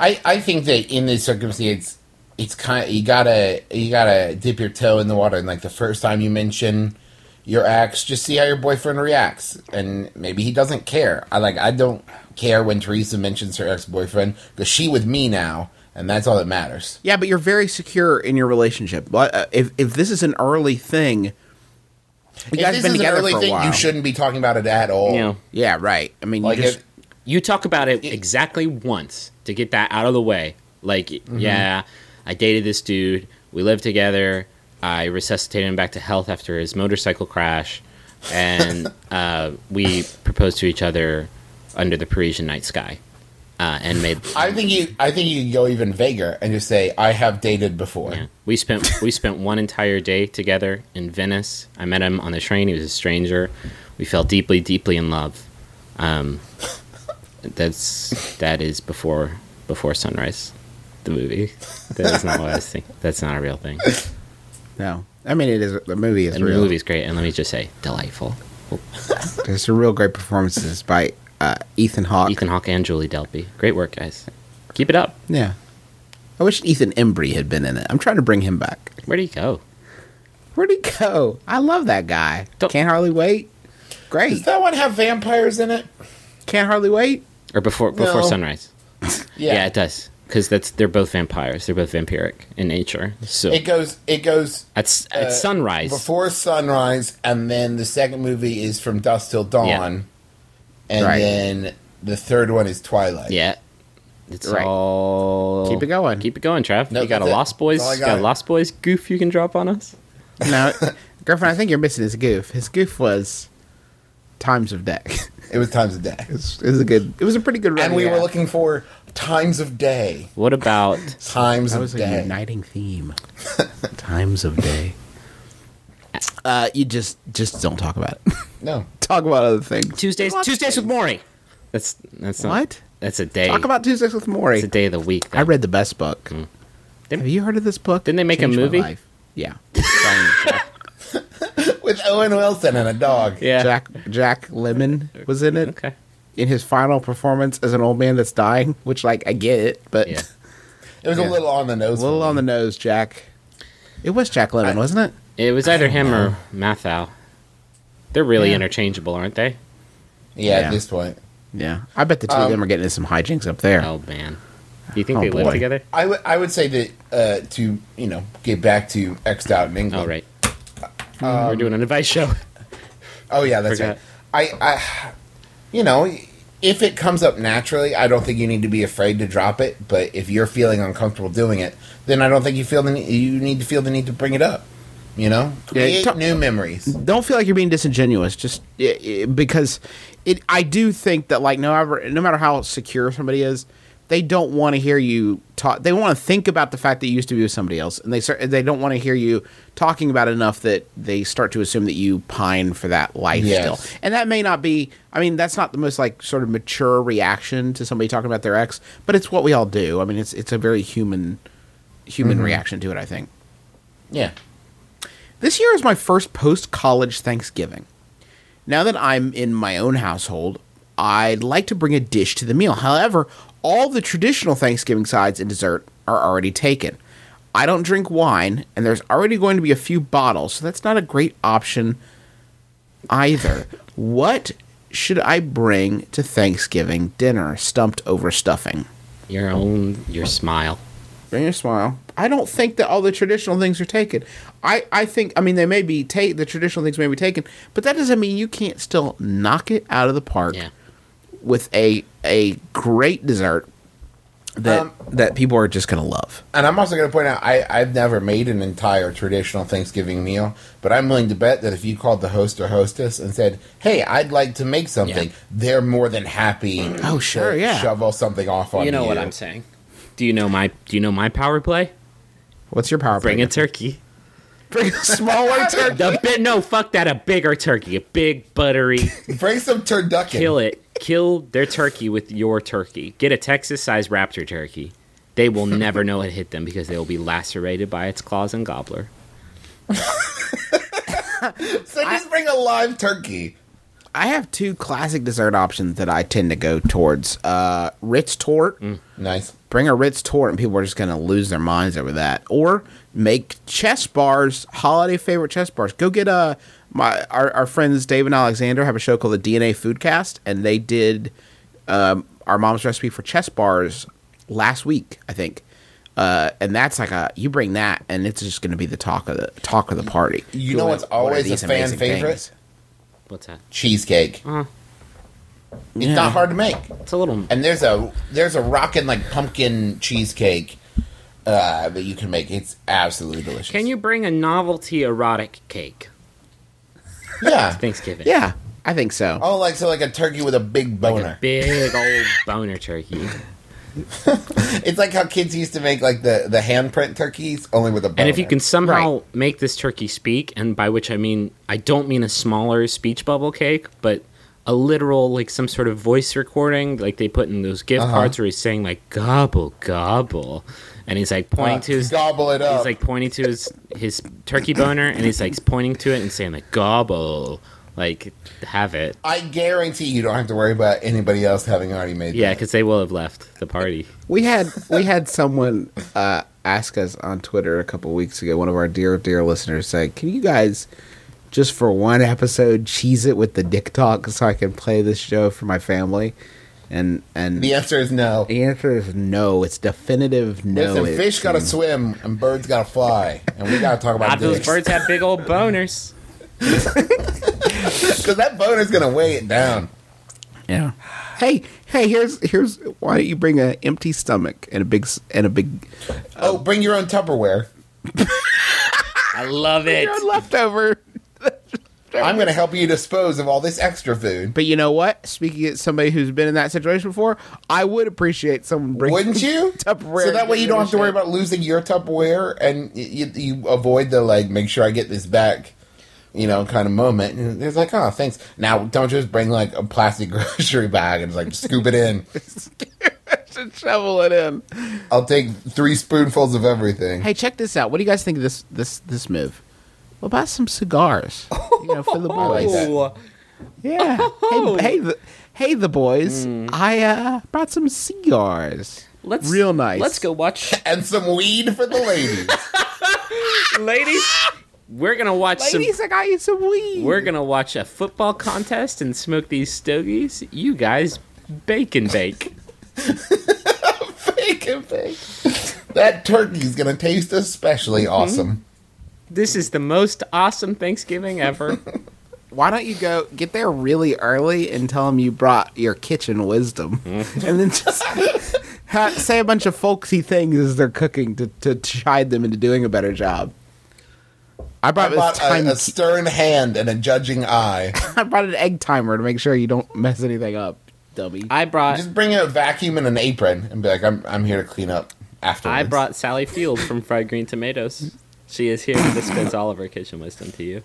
C: I, I think that in this circumstance, it's kind of, you gotta you gotta dip your toe in the water, and like the first time you mention your ex, just see how your boyfriend reacts, and maybe he doesn't care. I like I don't care when Teresa mentions her ex boyfriend because she with me now, and that's all that matters.
B: Yeah, but you're very secure in your relationship. But, uh, If if this is an early thing, you guys
C: if
B: been
C: this is an
B: together
C: early
B: for a
C: thing,
B: while.
C: you shouldn't be talking about it at all.
D: You know,
B: Yeah, right. I mean,
C: Like
B: you just,
C: it,
D: you talk about it exactly once to get that out of the way. Like,
C: Mm-hmm.
D: yeah, I dated this dude. We lived together. I resuscitated him back to health after his motorcycle crash, and uh, we proposed to each other under the Parisian night sky, uh, and made.
C: I think you I think you could go even vaguer and just say I have dated before.
D: Yeah. We spent we spent one entire day together in Venice. I met him on the train. He was a stranger. We fell deeply, deeply in love. Um, that's that is before before sunrise, the movie. That is not what I was thinking. That's not a real thing.
B: no. I mean, it is the movie is
D: The
B: real.
D: movie's great, and let me just say, delightful.
B: There's some real great performances by uh, Ethan Hawke.
D: Ethan Hawke and Julie Delpy. Great work, guys. Keep it up.
B: Yeah. I wish Ethan Embry had been in it. I'm trying to bring him back.
D: Where do you go?
B: Where'd he go? I love that guy.
D: Don't-
B: Can't hardly wait. Great.
C: Does that one have vampires in it?
B: Can't hardly wait.
D: Or before before
C: No.
D: sunrise? Yeah, it does. Because that's they're both vampires. They're both vampiric in nature. So
C: It goes. It goes
D: at s at
C: uh,
D: sunrise.
C: before sunrise, and then the second movie is from dusk till dawn, and
B: Right.
C: then the third one is twilight.
D: Yeah. It's
B: Right.
D: all
B: Keep it going.
D: Keep it going, Trav.
C: No,
D: you got a
C: that's it.
D: Lost Boys,
C: That's all I
D: got. got
C: got.
D: a Lost Boys goof you can drop on us.
B: No, girlfriend, I think you're missing his goof. His goof was times of deck.
C: It was times of day.
B: It was, it was a good. It was a pretty good.
C: And we
B: running
C: were
B: ad.
C: looking for times of day.
D: What about
C: Times
B: That
C: of
B: was a
C: day.
B: uniting theme. times of day. Uh, you just just don't talk about it.
C: No.
B: talk about other things.
D: Tuesdays? Tuesdays with Maury. That's that's not,
B: What?
D: That's a day.
B: Talk about Tuesdays with Maury.
D: it's a day of the week.
B: I
D: though.
B: read the best book. Have you heard of this book?
D: Mm. Didn't they make a
B: Changed my
D: movie?
B: life. Yeah.
C: With Owen Wilson and a dog.
D: yeah.
B: Jack Jack Lemon was in it.
D: Okay.
B: In his final performance as an old man that's dying, which like I get it, but
D: Yeah.
C: It was
B: Yeah.
C: a little on the
B: a
C: nose.
B: little
C: for
B: on
C: me.
B: the nose, Jack. It was Jack Lemon, wasn't it?
D: It was either him or Mathau. They're really
B: Yeah.
D: interchangeable, aren't they?
C: Yeah,
B: Yeah.
C: at this point.
B: Yeah. Um, I bet the two of them are getting into some hijinks up there.
D: Oh man. Do you think
B: Oh,
D: they live
B: boy.
D: together?
C: I would I would say that uh, to you know get back to X'd out in England.
D: Oh right. We're doing an advice show.
C: Oh yeah, that's
D: Forgot.
C: right. I, I, you know, if it comes up naturally, I don't think you need to be afraid to drop it. But if you're feeling uncomfortable doing it, then I don't think you feel the ne- you need to feel the need to bring it up. You know,
B: Yeah,
C: create
B: talk-
C: new memories.
B: Don't feel like you're being disingenuous, just i i because it. I do think that like no, ever, no matter how secure somebody is, they don't want to hear you talk. They want to think about the fact that you used to be with somebody else, and they cer- they don't want to hear you talking about it enough that they start to assume that you pine for that life
C: Yes.
B: still. And that may not be, I mean, that's not the most like sort of mature reaction to somebody talking about their ex, but it's what we all do. I mean, it's it's a very human human reaction to it, I think.
C: Yeah,
B: This year is my first post college Thanksgiving. Now that I'm in my own household, I'd like to bring a dish to the meal. However, all the traditional Thanksgiving sides and dessert are already taken. I don't drink wine, and there's already going to be a few bottles, so that's not a great option either. what should I bring to Thanksgiving dinner? Stumped over stuffing.
D: Your own your smile.
B: Bring a smile. I don't think that all the traditional things are taken. I, I think I mean they may be take the traditional things may be taken, but that doesn't mean you can't still knock it out of the park
D: Yeah.
B: with a a great dessert that
C: Um,
B: that people are just gonna love.
C: and I'm also going to point out I I've never made an entire traditional Thanksgiving meal, but I'm willing to bet that if you called the host or hostess and said, "Hey, I'd like to make something," they're more than happy.
B: Oh, sure,
C: to
B: yeah.
C: shovel something off on you.
D: You know what I'm saying. Do you know my do you know my power play?
B: What's your power?
D: Bring a
B: it.
D: turkey.
B: Bring a smaller turkey.
D: The bit no, fuck that. A bigger turkey, a big buttery.
C: Bring some turducken.
D: Kill it. Kill their turkey with your turkey. Get a Texas-sized raptor turkey. They will never know it hit them because they will be lacerated by its claws and gobbler.
C: So just bring a live turkey.
B: I have two classic dessert options that I tend to go towards. Uh, Ritz tort.
D: Mm.
C: Nice.
B: bring a Ritz tort and people are just going to lose their minds over that. Or make chess bars, holiday favorite chess bars. Go get uh, my our, our friends Dave and Alexander have a show called the DNA Foodcast, and they did um, our mom's recipe for chess bars last week, I think. Uh, and that's like a you bring that, and it's just going to be the talk of the talk of the party.
C: You
B: Who
C: know
B: went-
C: what's
B: what are
C: always a
B: these
C: fan
B: amazing
C: favorite?
B: things?
D: What's that?
C: Cheesecake.
D: Uh.
C: It's
B: Yeah.
C: not hard to make.
D: It's a little.
C: And there's a there's a rockin' like pumpkin cheesecake uh, that you can make. It's absolutely delicious.
D: Can you bring a novelty erotic cake?
C: Yeah.
D: Thanksgiving.
B: Yeah, I think so.
C: Oh, like so, like a turkey with a big boner.
D: A big old boner turkey,
C: it's like how kids used to make like the the handprint turkeys, only with a boner.
D: and if you can somehow make this turkey speak, and by which I mean I don't mean a smaller speech bubble cake, but a literal like some sort of voice recording, like they put in those
C: Uh-huh.
D: gift cards where he's saying like gobble gobble, and he's like pointing
C: Uh,
D: to his
C: gobble it up.
D: He's like pointing to his his turkey boner, and he's like pointing to it and saying like gobble, like have it.
C: I guarantee you don't have to worry about anybody else having already made.
D: Yeah,
C: that.
D: because they will have left the party.
B: We had we had someone uh, ask us on Twitter a couple weeks ago. One of our dear dear listeners said, "Can you guys just for one episode cheese it with the dick talk so I can play this show for my family?" And and
C: the answer is no.
B: the answer is no. It's definitive no.
C: Listen,
B: It-
C: fish gotta swim and birds gotta fly, and we gotta talk about
D: God, those
C: dicks.
D: birds have big old boners.
C: Because that boner's gonna weigh it down.
G: Yeah.
B: Hey, hey, here's here's why don't you bring an empty stomach and a big s- and a big
C: Oh,
B: Um,
C: bring your own Tupperware.
D: I love it.
B: leftover.
C: I'm going to help you dispose of all this extra food.
B: But you know what? Speaking as somebody who's been in that situation before, I would appreciate someone bringing
C: Wouldn't you?
B: Tupperware.
C: So that way you don't have to worry
B: Shit.
C: about losing your Tupperware and you, you avoid the, like, make sure I get this back, you know, kind of moment. And it's like, oh, thanks. Now, don't just bring, like, a plastic grocery bag and, like, scoop it in.
B: to shovel it in.
C: I'll take three spoonfuls of everything.
B: Hey, check this out. What do you guys think of this this this move? What about some cigars? You know, for the boys.
D: Oh,
B: Yeah. Hey, hey, the, hey, the boys. I uh, brought some cigars.
D: let's
B: Real nice.
D: Let's go watch,
C: And some weed for the ladies.
D: ladies. We're gonna watch
B: Ladies,
D: some.
B: I got you some weed.
D: We're gonna watch a football contest and smoke these stogies. You guys, bake and bake.
C: Bake and bake. That turkey's going to taste especially
B: Mm-hmm.
C: awesome.
D: This is the most awesome Thanksgiving ever.
B: Why don't you go get there really early and tell them you brought your kitchen wisdom, and then just ha- say a bunch of folksy things as they're cooking to, to chide them into doing a better job. I
C: I
B: brought,
C: bought
B: this time.
C: a, a stern hand and a judging eye.
B: I brought an egg timer to make sure you don't mess anything up, dummy.
D: I brought
C: Just bring a vacuum and an apron and be like, I'm, I'm here to clean up
D: I
C: afterwards.
D: brought Sally Field from Fried Green Tomatoes. She is here to dispense all of her kitchen wisdom to you.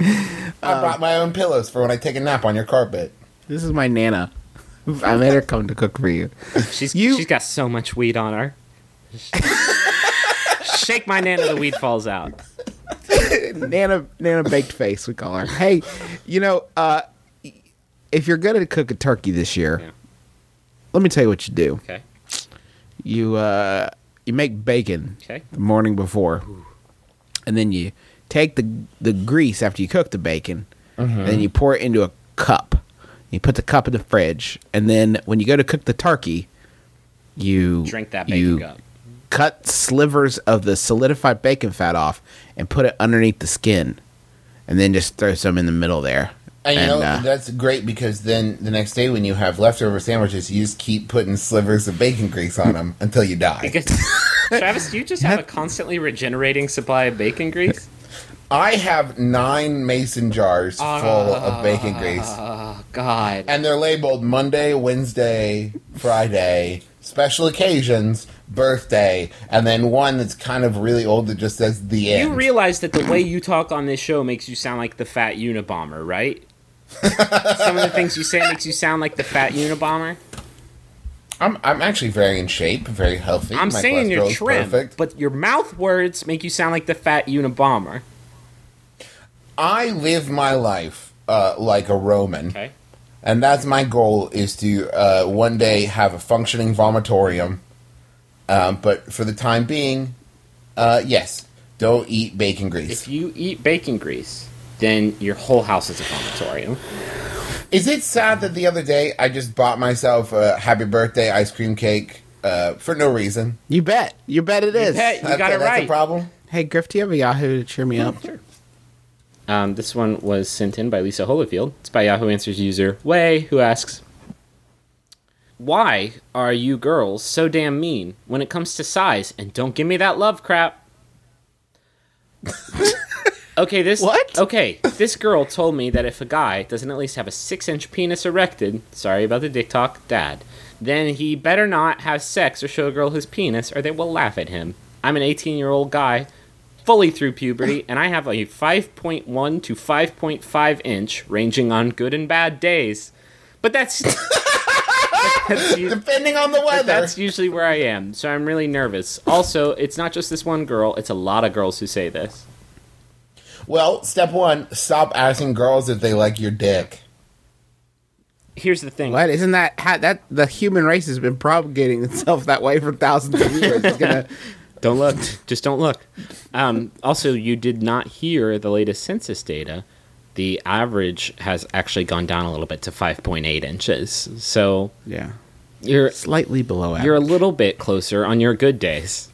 C: I
D: um,
C: brought my own pillows for when I take a nap on your carpet.
B: this is my nana. I made her come to cook for you.
D: She's
B: You-
D: she's got so much weed on her. Shake my nana, the weed falls out.
B: Nana Nana Baked Face, we call her. Hey, you know, uh, if you're gonna cook a turkey this year,
D: Yeah.
B: let me tell you what you do.
D: Okay,
B: You uh, you make bacon
D: okay.
B: the morning before, and then you take the the grease after you cook the bacon,
D: Mm-hmm.
B: and then you pour it into a cup. You put the cup in the fridge, and then when you go to cook the turkey, you
D: Drink that
B: you
D: bacon up.
B: cut slivers of the solidified bacon fat off and put it underneath the skin, and then just throw some in the middle there.
C: And you know,
B: uh,
C: that's great because then the next day when you have leftover sandwiches, you just keep putting slivers of bacon grease on them until you die.
D: Because Travis, do you just have a constantly regenerating supply of bacon grease?
C: I have nine mason jars full of bacon grease.
D: Oh God!
C: And they're labeled Monday, Wednesday, Friday, special occasions, birthday, and then one that's kind of really old that just says the end.
D: You realize that the way you talk on this show makes you sound like the fat Unabomber, right? Some of the things you say makes you sound like the fat Unabomber.
C: I'm I'm actually very in shape, very healthy.
D: I'm
C: My
D: saying you're
C: cholesterol's
D: trim, but your mouth words make you sound like the fat Unabomber.
C: I live my life uh, like a Roman,
D: Okay.
C: and that's my goal is to uh, one day have a functioning vomitorium. Um, but for the time being, uh, yes, don't eat bacon grease.
D: If you eat bacon grease, then your whole house is a vomitorium.
C: Is it sad that the other day I just bought myself a happy birthday ice cream cake uh, for no reason?
B: you bet, you bet it is.
D: bet. You got it
C: that's
D: right.
C: A problem.
B: Hey, Griff, do you have a Yahoo to cheer me up?
D: Um, this one was sent in by Lisa Holyfield. It's by Yahoo Answers user Way, who asks, "Why are you girls so damn mean when it comes to size? And don't give me that love crap." okay, this
B: What?
D: Okay, this girl told me that if a guy doesn't at least have a six-inch penis erected, sorry about the dick talk, dad, then he better not have sex or show a girl his penis, or they will laugh at him. I'm an 18-year-old guy fully through puberty, and I have a 5.1 to 5.5 inch, ranging on good and bad days. But that's that's, u-
C: Depending on the weather.
D: that's usually where I am, so I'm really nervous. Also, it's not just this one girl; it's a lot of girls who say this.
C: Well, step one: stop asking girls if they like your dick.
D: Here's the thing:
B: What isn't that how, that the human race has been propagating itself that way for thousands of years? It's gonna
D: don't look, just don't look. Um, also, you did not hear the latest census data. The average has actually gone down a little bit to 5.8 inches. So
B: yeah,
D: you're
B: slightly below average.
D: you're a little bit closer on your good days.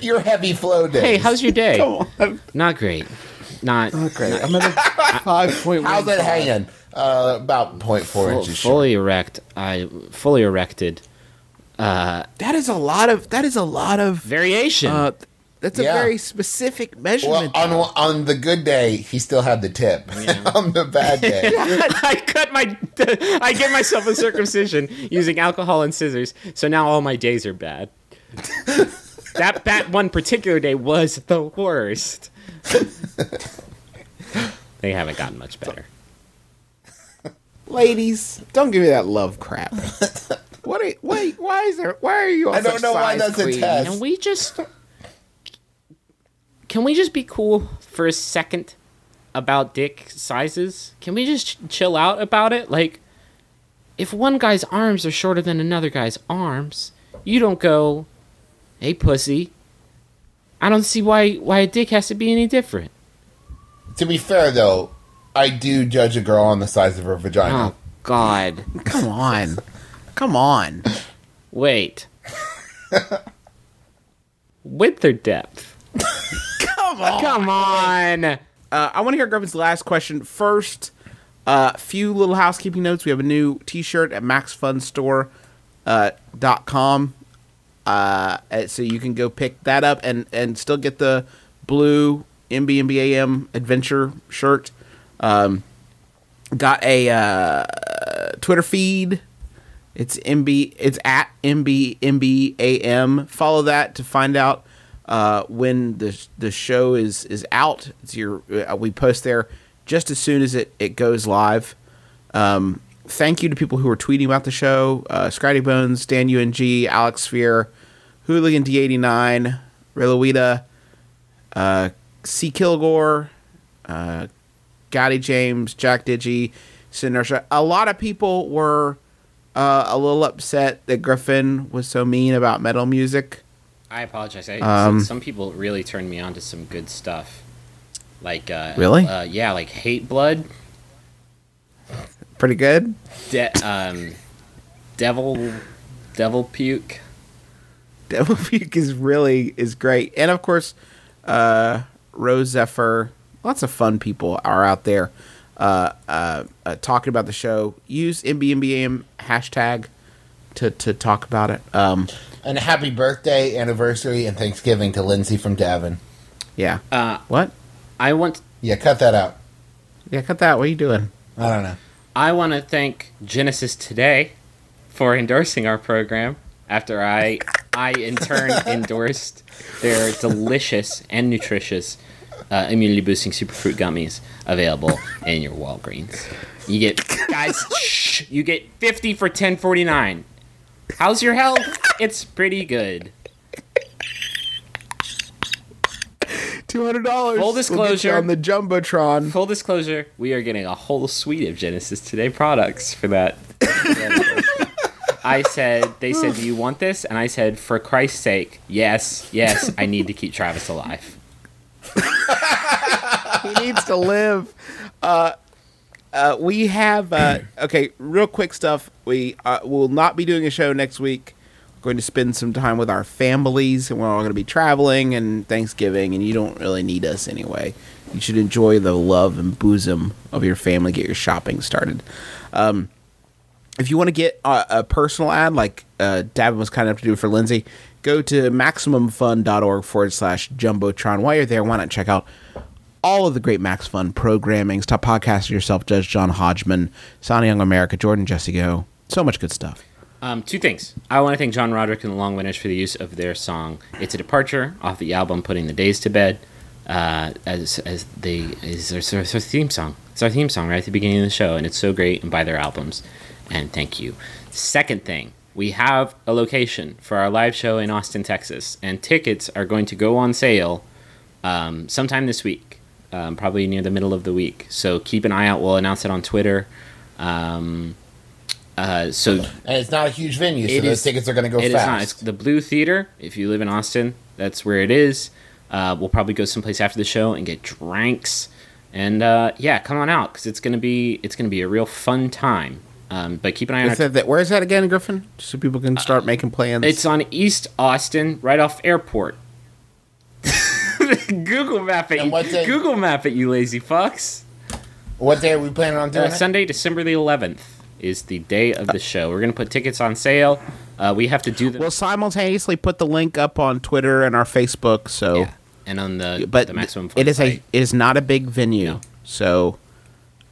C: Your heavy flow days.
D: Hey, how's your day? Not great. not
G: Great. I'm at a five point one.
C: How's that hanging? Uh, about 0.4
D: full,
C: inches short.
D: fully erect. I fully erected
B: That is a lot of. That is a lot of.
D: variation.
B: Uh, that's a
C: Yeah.
B: very specific
C: Well,
B: measurement.
C: on, on the good day, he still had the tip. on the bad day,
D: I cut my, I give myself a circumcision using alcohol and scissors. So now all my days are bad. that that one particular day was the worst. they haven't gotten much better.
B: Ladies, don't give me that love crap. what? Are, wait, why is there? Why are you? All
C: I don't
B: such
C: know why
B: size
C: that's a
B: queens?
C: test.
D: Can we just Can we just be cool for a second about dick sizes? Can we just ch- chill out about it? Like if one guy's arms are shorter than another guy's arms, you don't go, "Hey pussy." I don't see why why a dick has to be any different.
C: To be fair, though, I do judge a girl on the size of her vagina.
D: Oh god.
B: Come on, come on.
D: Wait. Width or depth?
B: Come on.
D: Come on.
B: Uh, I want to hear Griffin's last question first. A uh, few little housekeeping notes. We have a new T-shirt at MaxFunStore uh, dot com, uh, and so you can go pick that up and and still get the blue MBMBAM adventure shirt. Um, got a uh, Twitter feed. It's MB. It's at MBMBAM. Follow that to find out uh, when the the show is is out. It's your uh, we post there just as soon as it it goes live. Um, thank you to people who are tweeting about the show: uh, Scratty Bones, Dan UNG, Alex Sphere, Hooligan D89, Riluita, uh, C Kilgore, uh, Gotti James, Jack Digi, Sinersha. A lot of people were uh, a little upset that Griffin was so mean about metal music.
D: I apologize. I,
B: Um,
D: some, some people really turned me on to some good stuff. Like uh,
B: Really?
D: uh, yeah, like Hate Blood,
B: Pretty good.
D: de- um, Devil, Devil Puke.
B: Devil Peak is really is great, and of course, uh, Rose Zephyr. Lots of fun people are out there uh, uh, uh, talking about the show. Use MBMBAM hashtag to to talk about it. Um,
C: And happy birthday, anniversary, and Thanksgiving to Lindsay from Davin.
B: yeah.
D: Uh,
B: what?
D: I want
C: Yeah, cut that out.
B: Yeah, cut that. What are you doing?
C: I don't know.
D: I want to thank Genesis today for endorsing our program after I I in turn endorsed their delicious and nutritious uh, immunity boosting superfruit gummies available in your Walgreens. You get guys, shh, you get 50 for 10.49. How's your health? It's pretty good.
B: Two hundred dollars.
D: Full disclosure.
B: on the jumbotron.
D: Full disclosure, we are getting a whole suite of Genesis Today products for that. I said, they said, do you want this? And I said, for Christ's sake, yes, yes, I need to keep Travis alive.
B: he needs to live. Uh, uh, we have uh, okay. Real quick stuff. We uh, will not be doing a show next week. We're going to spend some time with our families, and we're all going to be traveling and Thanksgiving. And you don't really need us anyway. You should enjoy the love and bosom of your family. Get your shopping started. Um, if you want to get a, a personal ad like uh, Davin was kind enough to do for Lindsay, go to maximumfun.org forward slash jumbotron. While you're there, why not check out all of the great Max Fun programmings, top podcaster yourself, Judge John Hodgman, Sonny Young America, Jordan Jessico. So much good stuff.
D: Um, two things. I want to thank John Roderick and the Long Winners for the use of their song "It's a Departure" off the album "Putting the Days to Bed" uh, as as they is their, their, their theme song. It's our theme song right at the beginning of the show, and it's so great. And buy their albums, and thank you. Second thing, we have a location for our live show in Austin, Texas, and tickets are going to go on sale um, sometime this week, um, probably near the middle of the week. So keep an eye out. We'll announce it on Twitter. Um, uh, so
C: And it's not a huge venue, so
D: It
C: those
D: is-
C: tickets are going to go
D: it is not. It's
C: fast.
D: the Blue Theater. If you live in Austin, that's where it is. Uh, we'll probably go someplace after the show and get drinks, and uh, yeah, come on out because it's gonna be it's gonna be a real fun time. Um, but keep an eye on our
B: Is that, that, where is that again, Griffin? Just so people can
D: Uh,
B: start making plans.
D: it's on East Austin, right off Airport. Google map it.
C: And what's
D: You,
C: it-
D: Google map it, you lazy fucks.
C: What day are we planning on doing?
D: Uh,
C: it?
D: Sunday, December the 11th is the day of the show. We're gonna put tickets on sale. Uh, we have to do them.
B: We'll simultaneously put the link up on Twitter and our Facebook. So,
D: Yeah. And on the
B: but
D: the maximum.
B: it
D: Fun
B: is a
D: site.
B: it is not a big venue. So,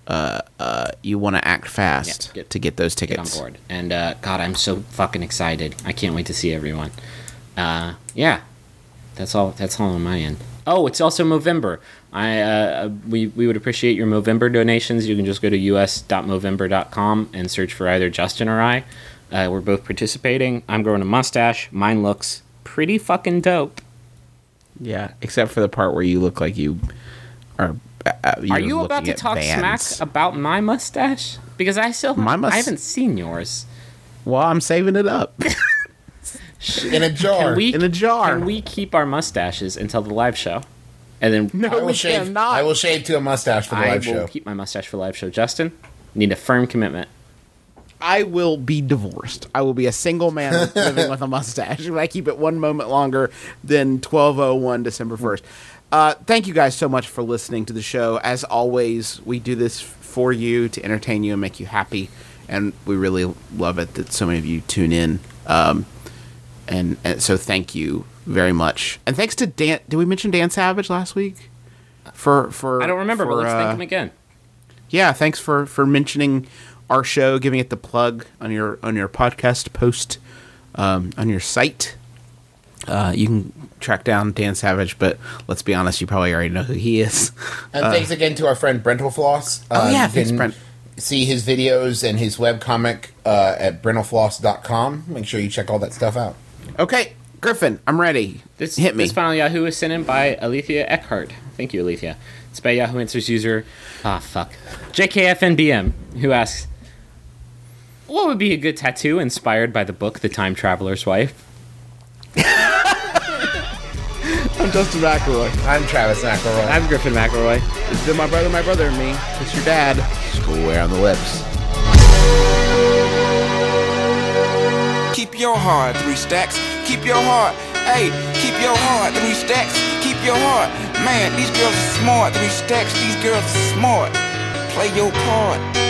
B: uh, uh, you want to act fast
D: Yeah, get-
B: to get those
D: get on
B: tickets.
D: board. And uh, God, I'm so fucking excited. I can't wait to see everyone. Uh, yeah, that's all. That's all on my end. Oh, it's also Movember. I uh, we we would appreciate your Movember donations. You can just go to us.movember.com and search for either Justin or I. Uh, we're both participating. I'm growing a mustache. Mine looks pretty fucking dope.
B: Yeah, except for the part where you look like you are. Uh,
D: Are you about to talk smack about my mustache? Because I still
B: My mus-
D: I haven't seen yours.
B: Well, I'm saving it up
C: in a jar.
D: Can we
B: in a jar.
D: Can we keep our mustaches until the live show? And then
C: I will
B: we
C: shave.
B: cannot.
C: I will shave to a mustache for the
D: I will
C: live show.
D: keep my mustache for live show. Justin, need a firm commitment.
B: I will be divorced. I will be a single man living with a mustache if I keep it one moment longer than 1201 December 1st. Uh, thank you guys so much for listening to the show. As always, we do this for you to entertain you and make you happy. And we really love it that so many of you tune in. Um, and, and so thank you very much. And thanks to Dan. Did we mention Dan Savage last week? For, for
D: I don't remember, but
B: for,
D: let's thank
B: uh,
D: him again.
B: yeah thanks for for mentioning our show giving it the plug on your on your podcast post um, on your site uh, you can track down dan savage but let's be honest you probably already know who he is
C: And thanks
D: Uh.
C: again to our friend Brentelfloss.
D: Oh,
C: Uh,
B: yeah,
C: you
B: thanks,
C: can
B: Brent.
C: See his videos and his webcomic uh, at brentelfloss.com. Make sure you check all that stuff out.
B: okay griffin i'm ready
D: This,
B: hit me
D: This final Yahoo was sent in by Alethea Eckhart. Thank you, Alethea. It's by Yahoo Answers user, ah, fuck, JKFNBM, who asks, What would be a good tattoo inspired by the book The Time Traveler's Wife?
B: i'm justin mcelroy
C: I'm Travis McElroy.
D: I'm Griffin McElroy.
B: it's been my brother my brother and me it's your dad square on the lips
A: Keep your heart, three stacks. Keep your heart, hey, keep your heart, three stacks. Keep your heart, man, these girls are smart, three stacks, these girls are smart. Play your part.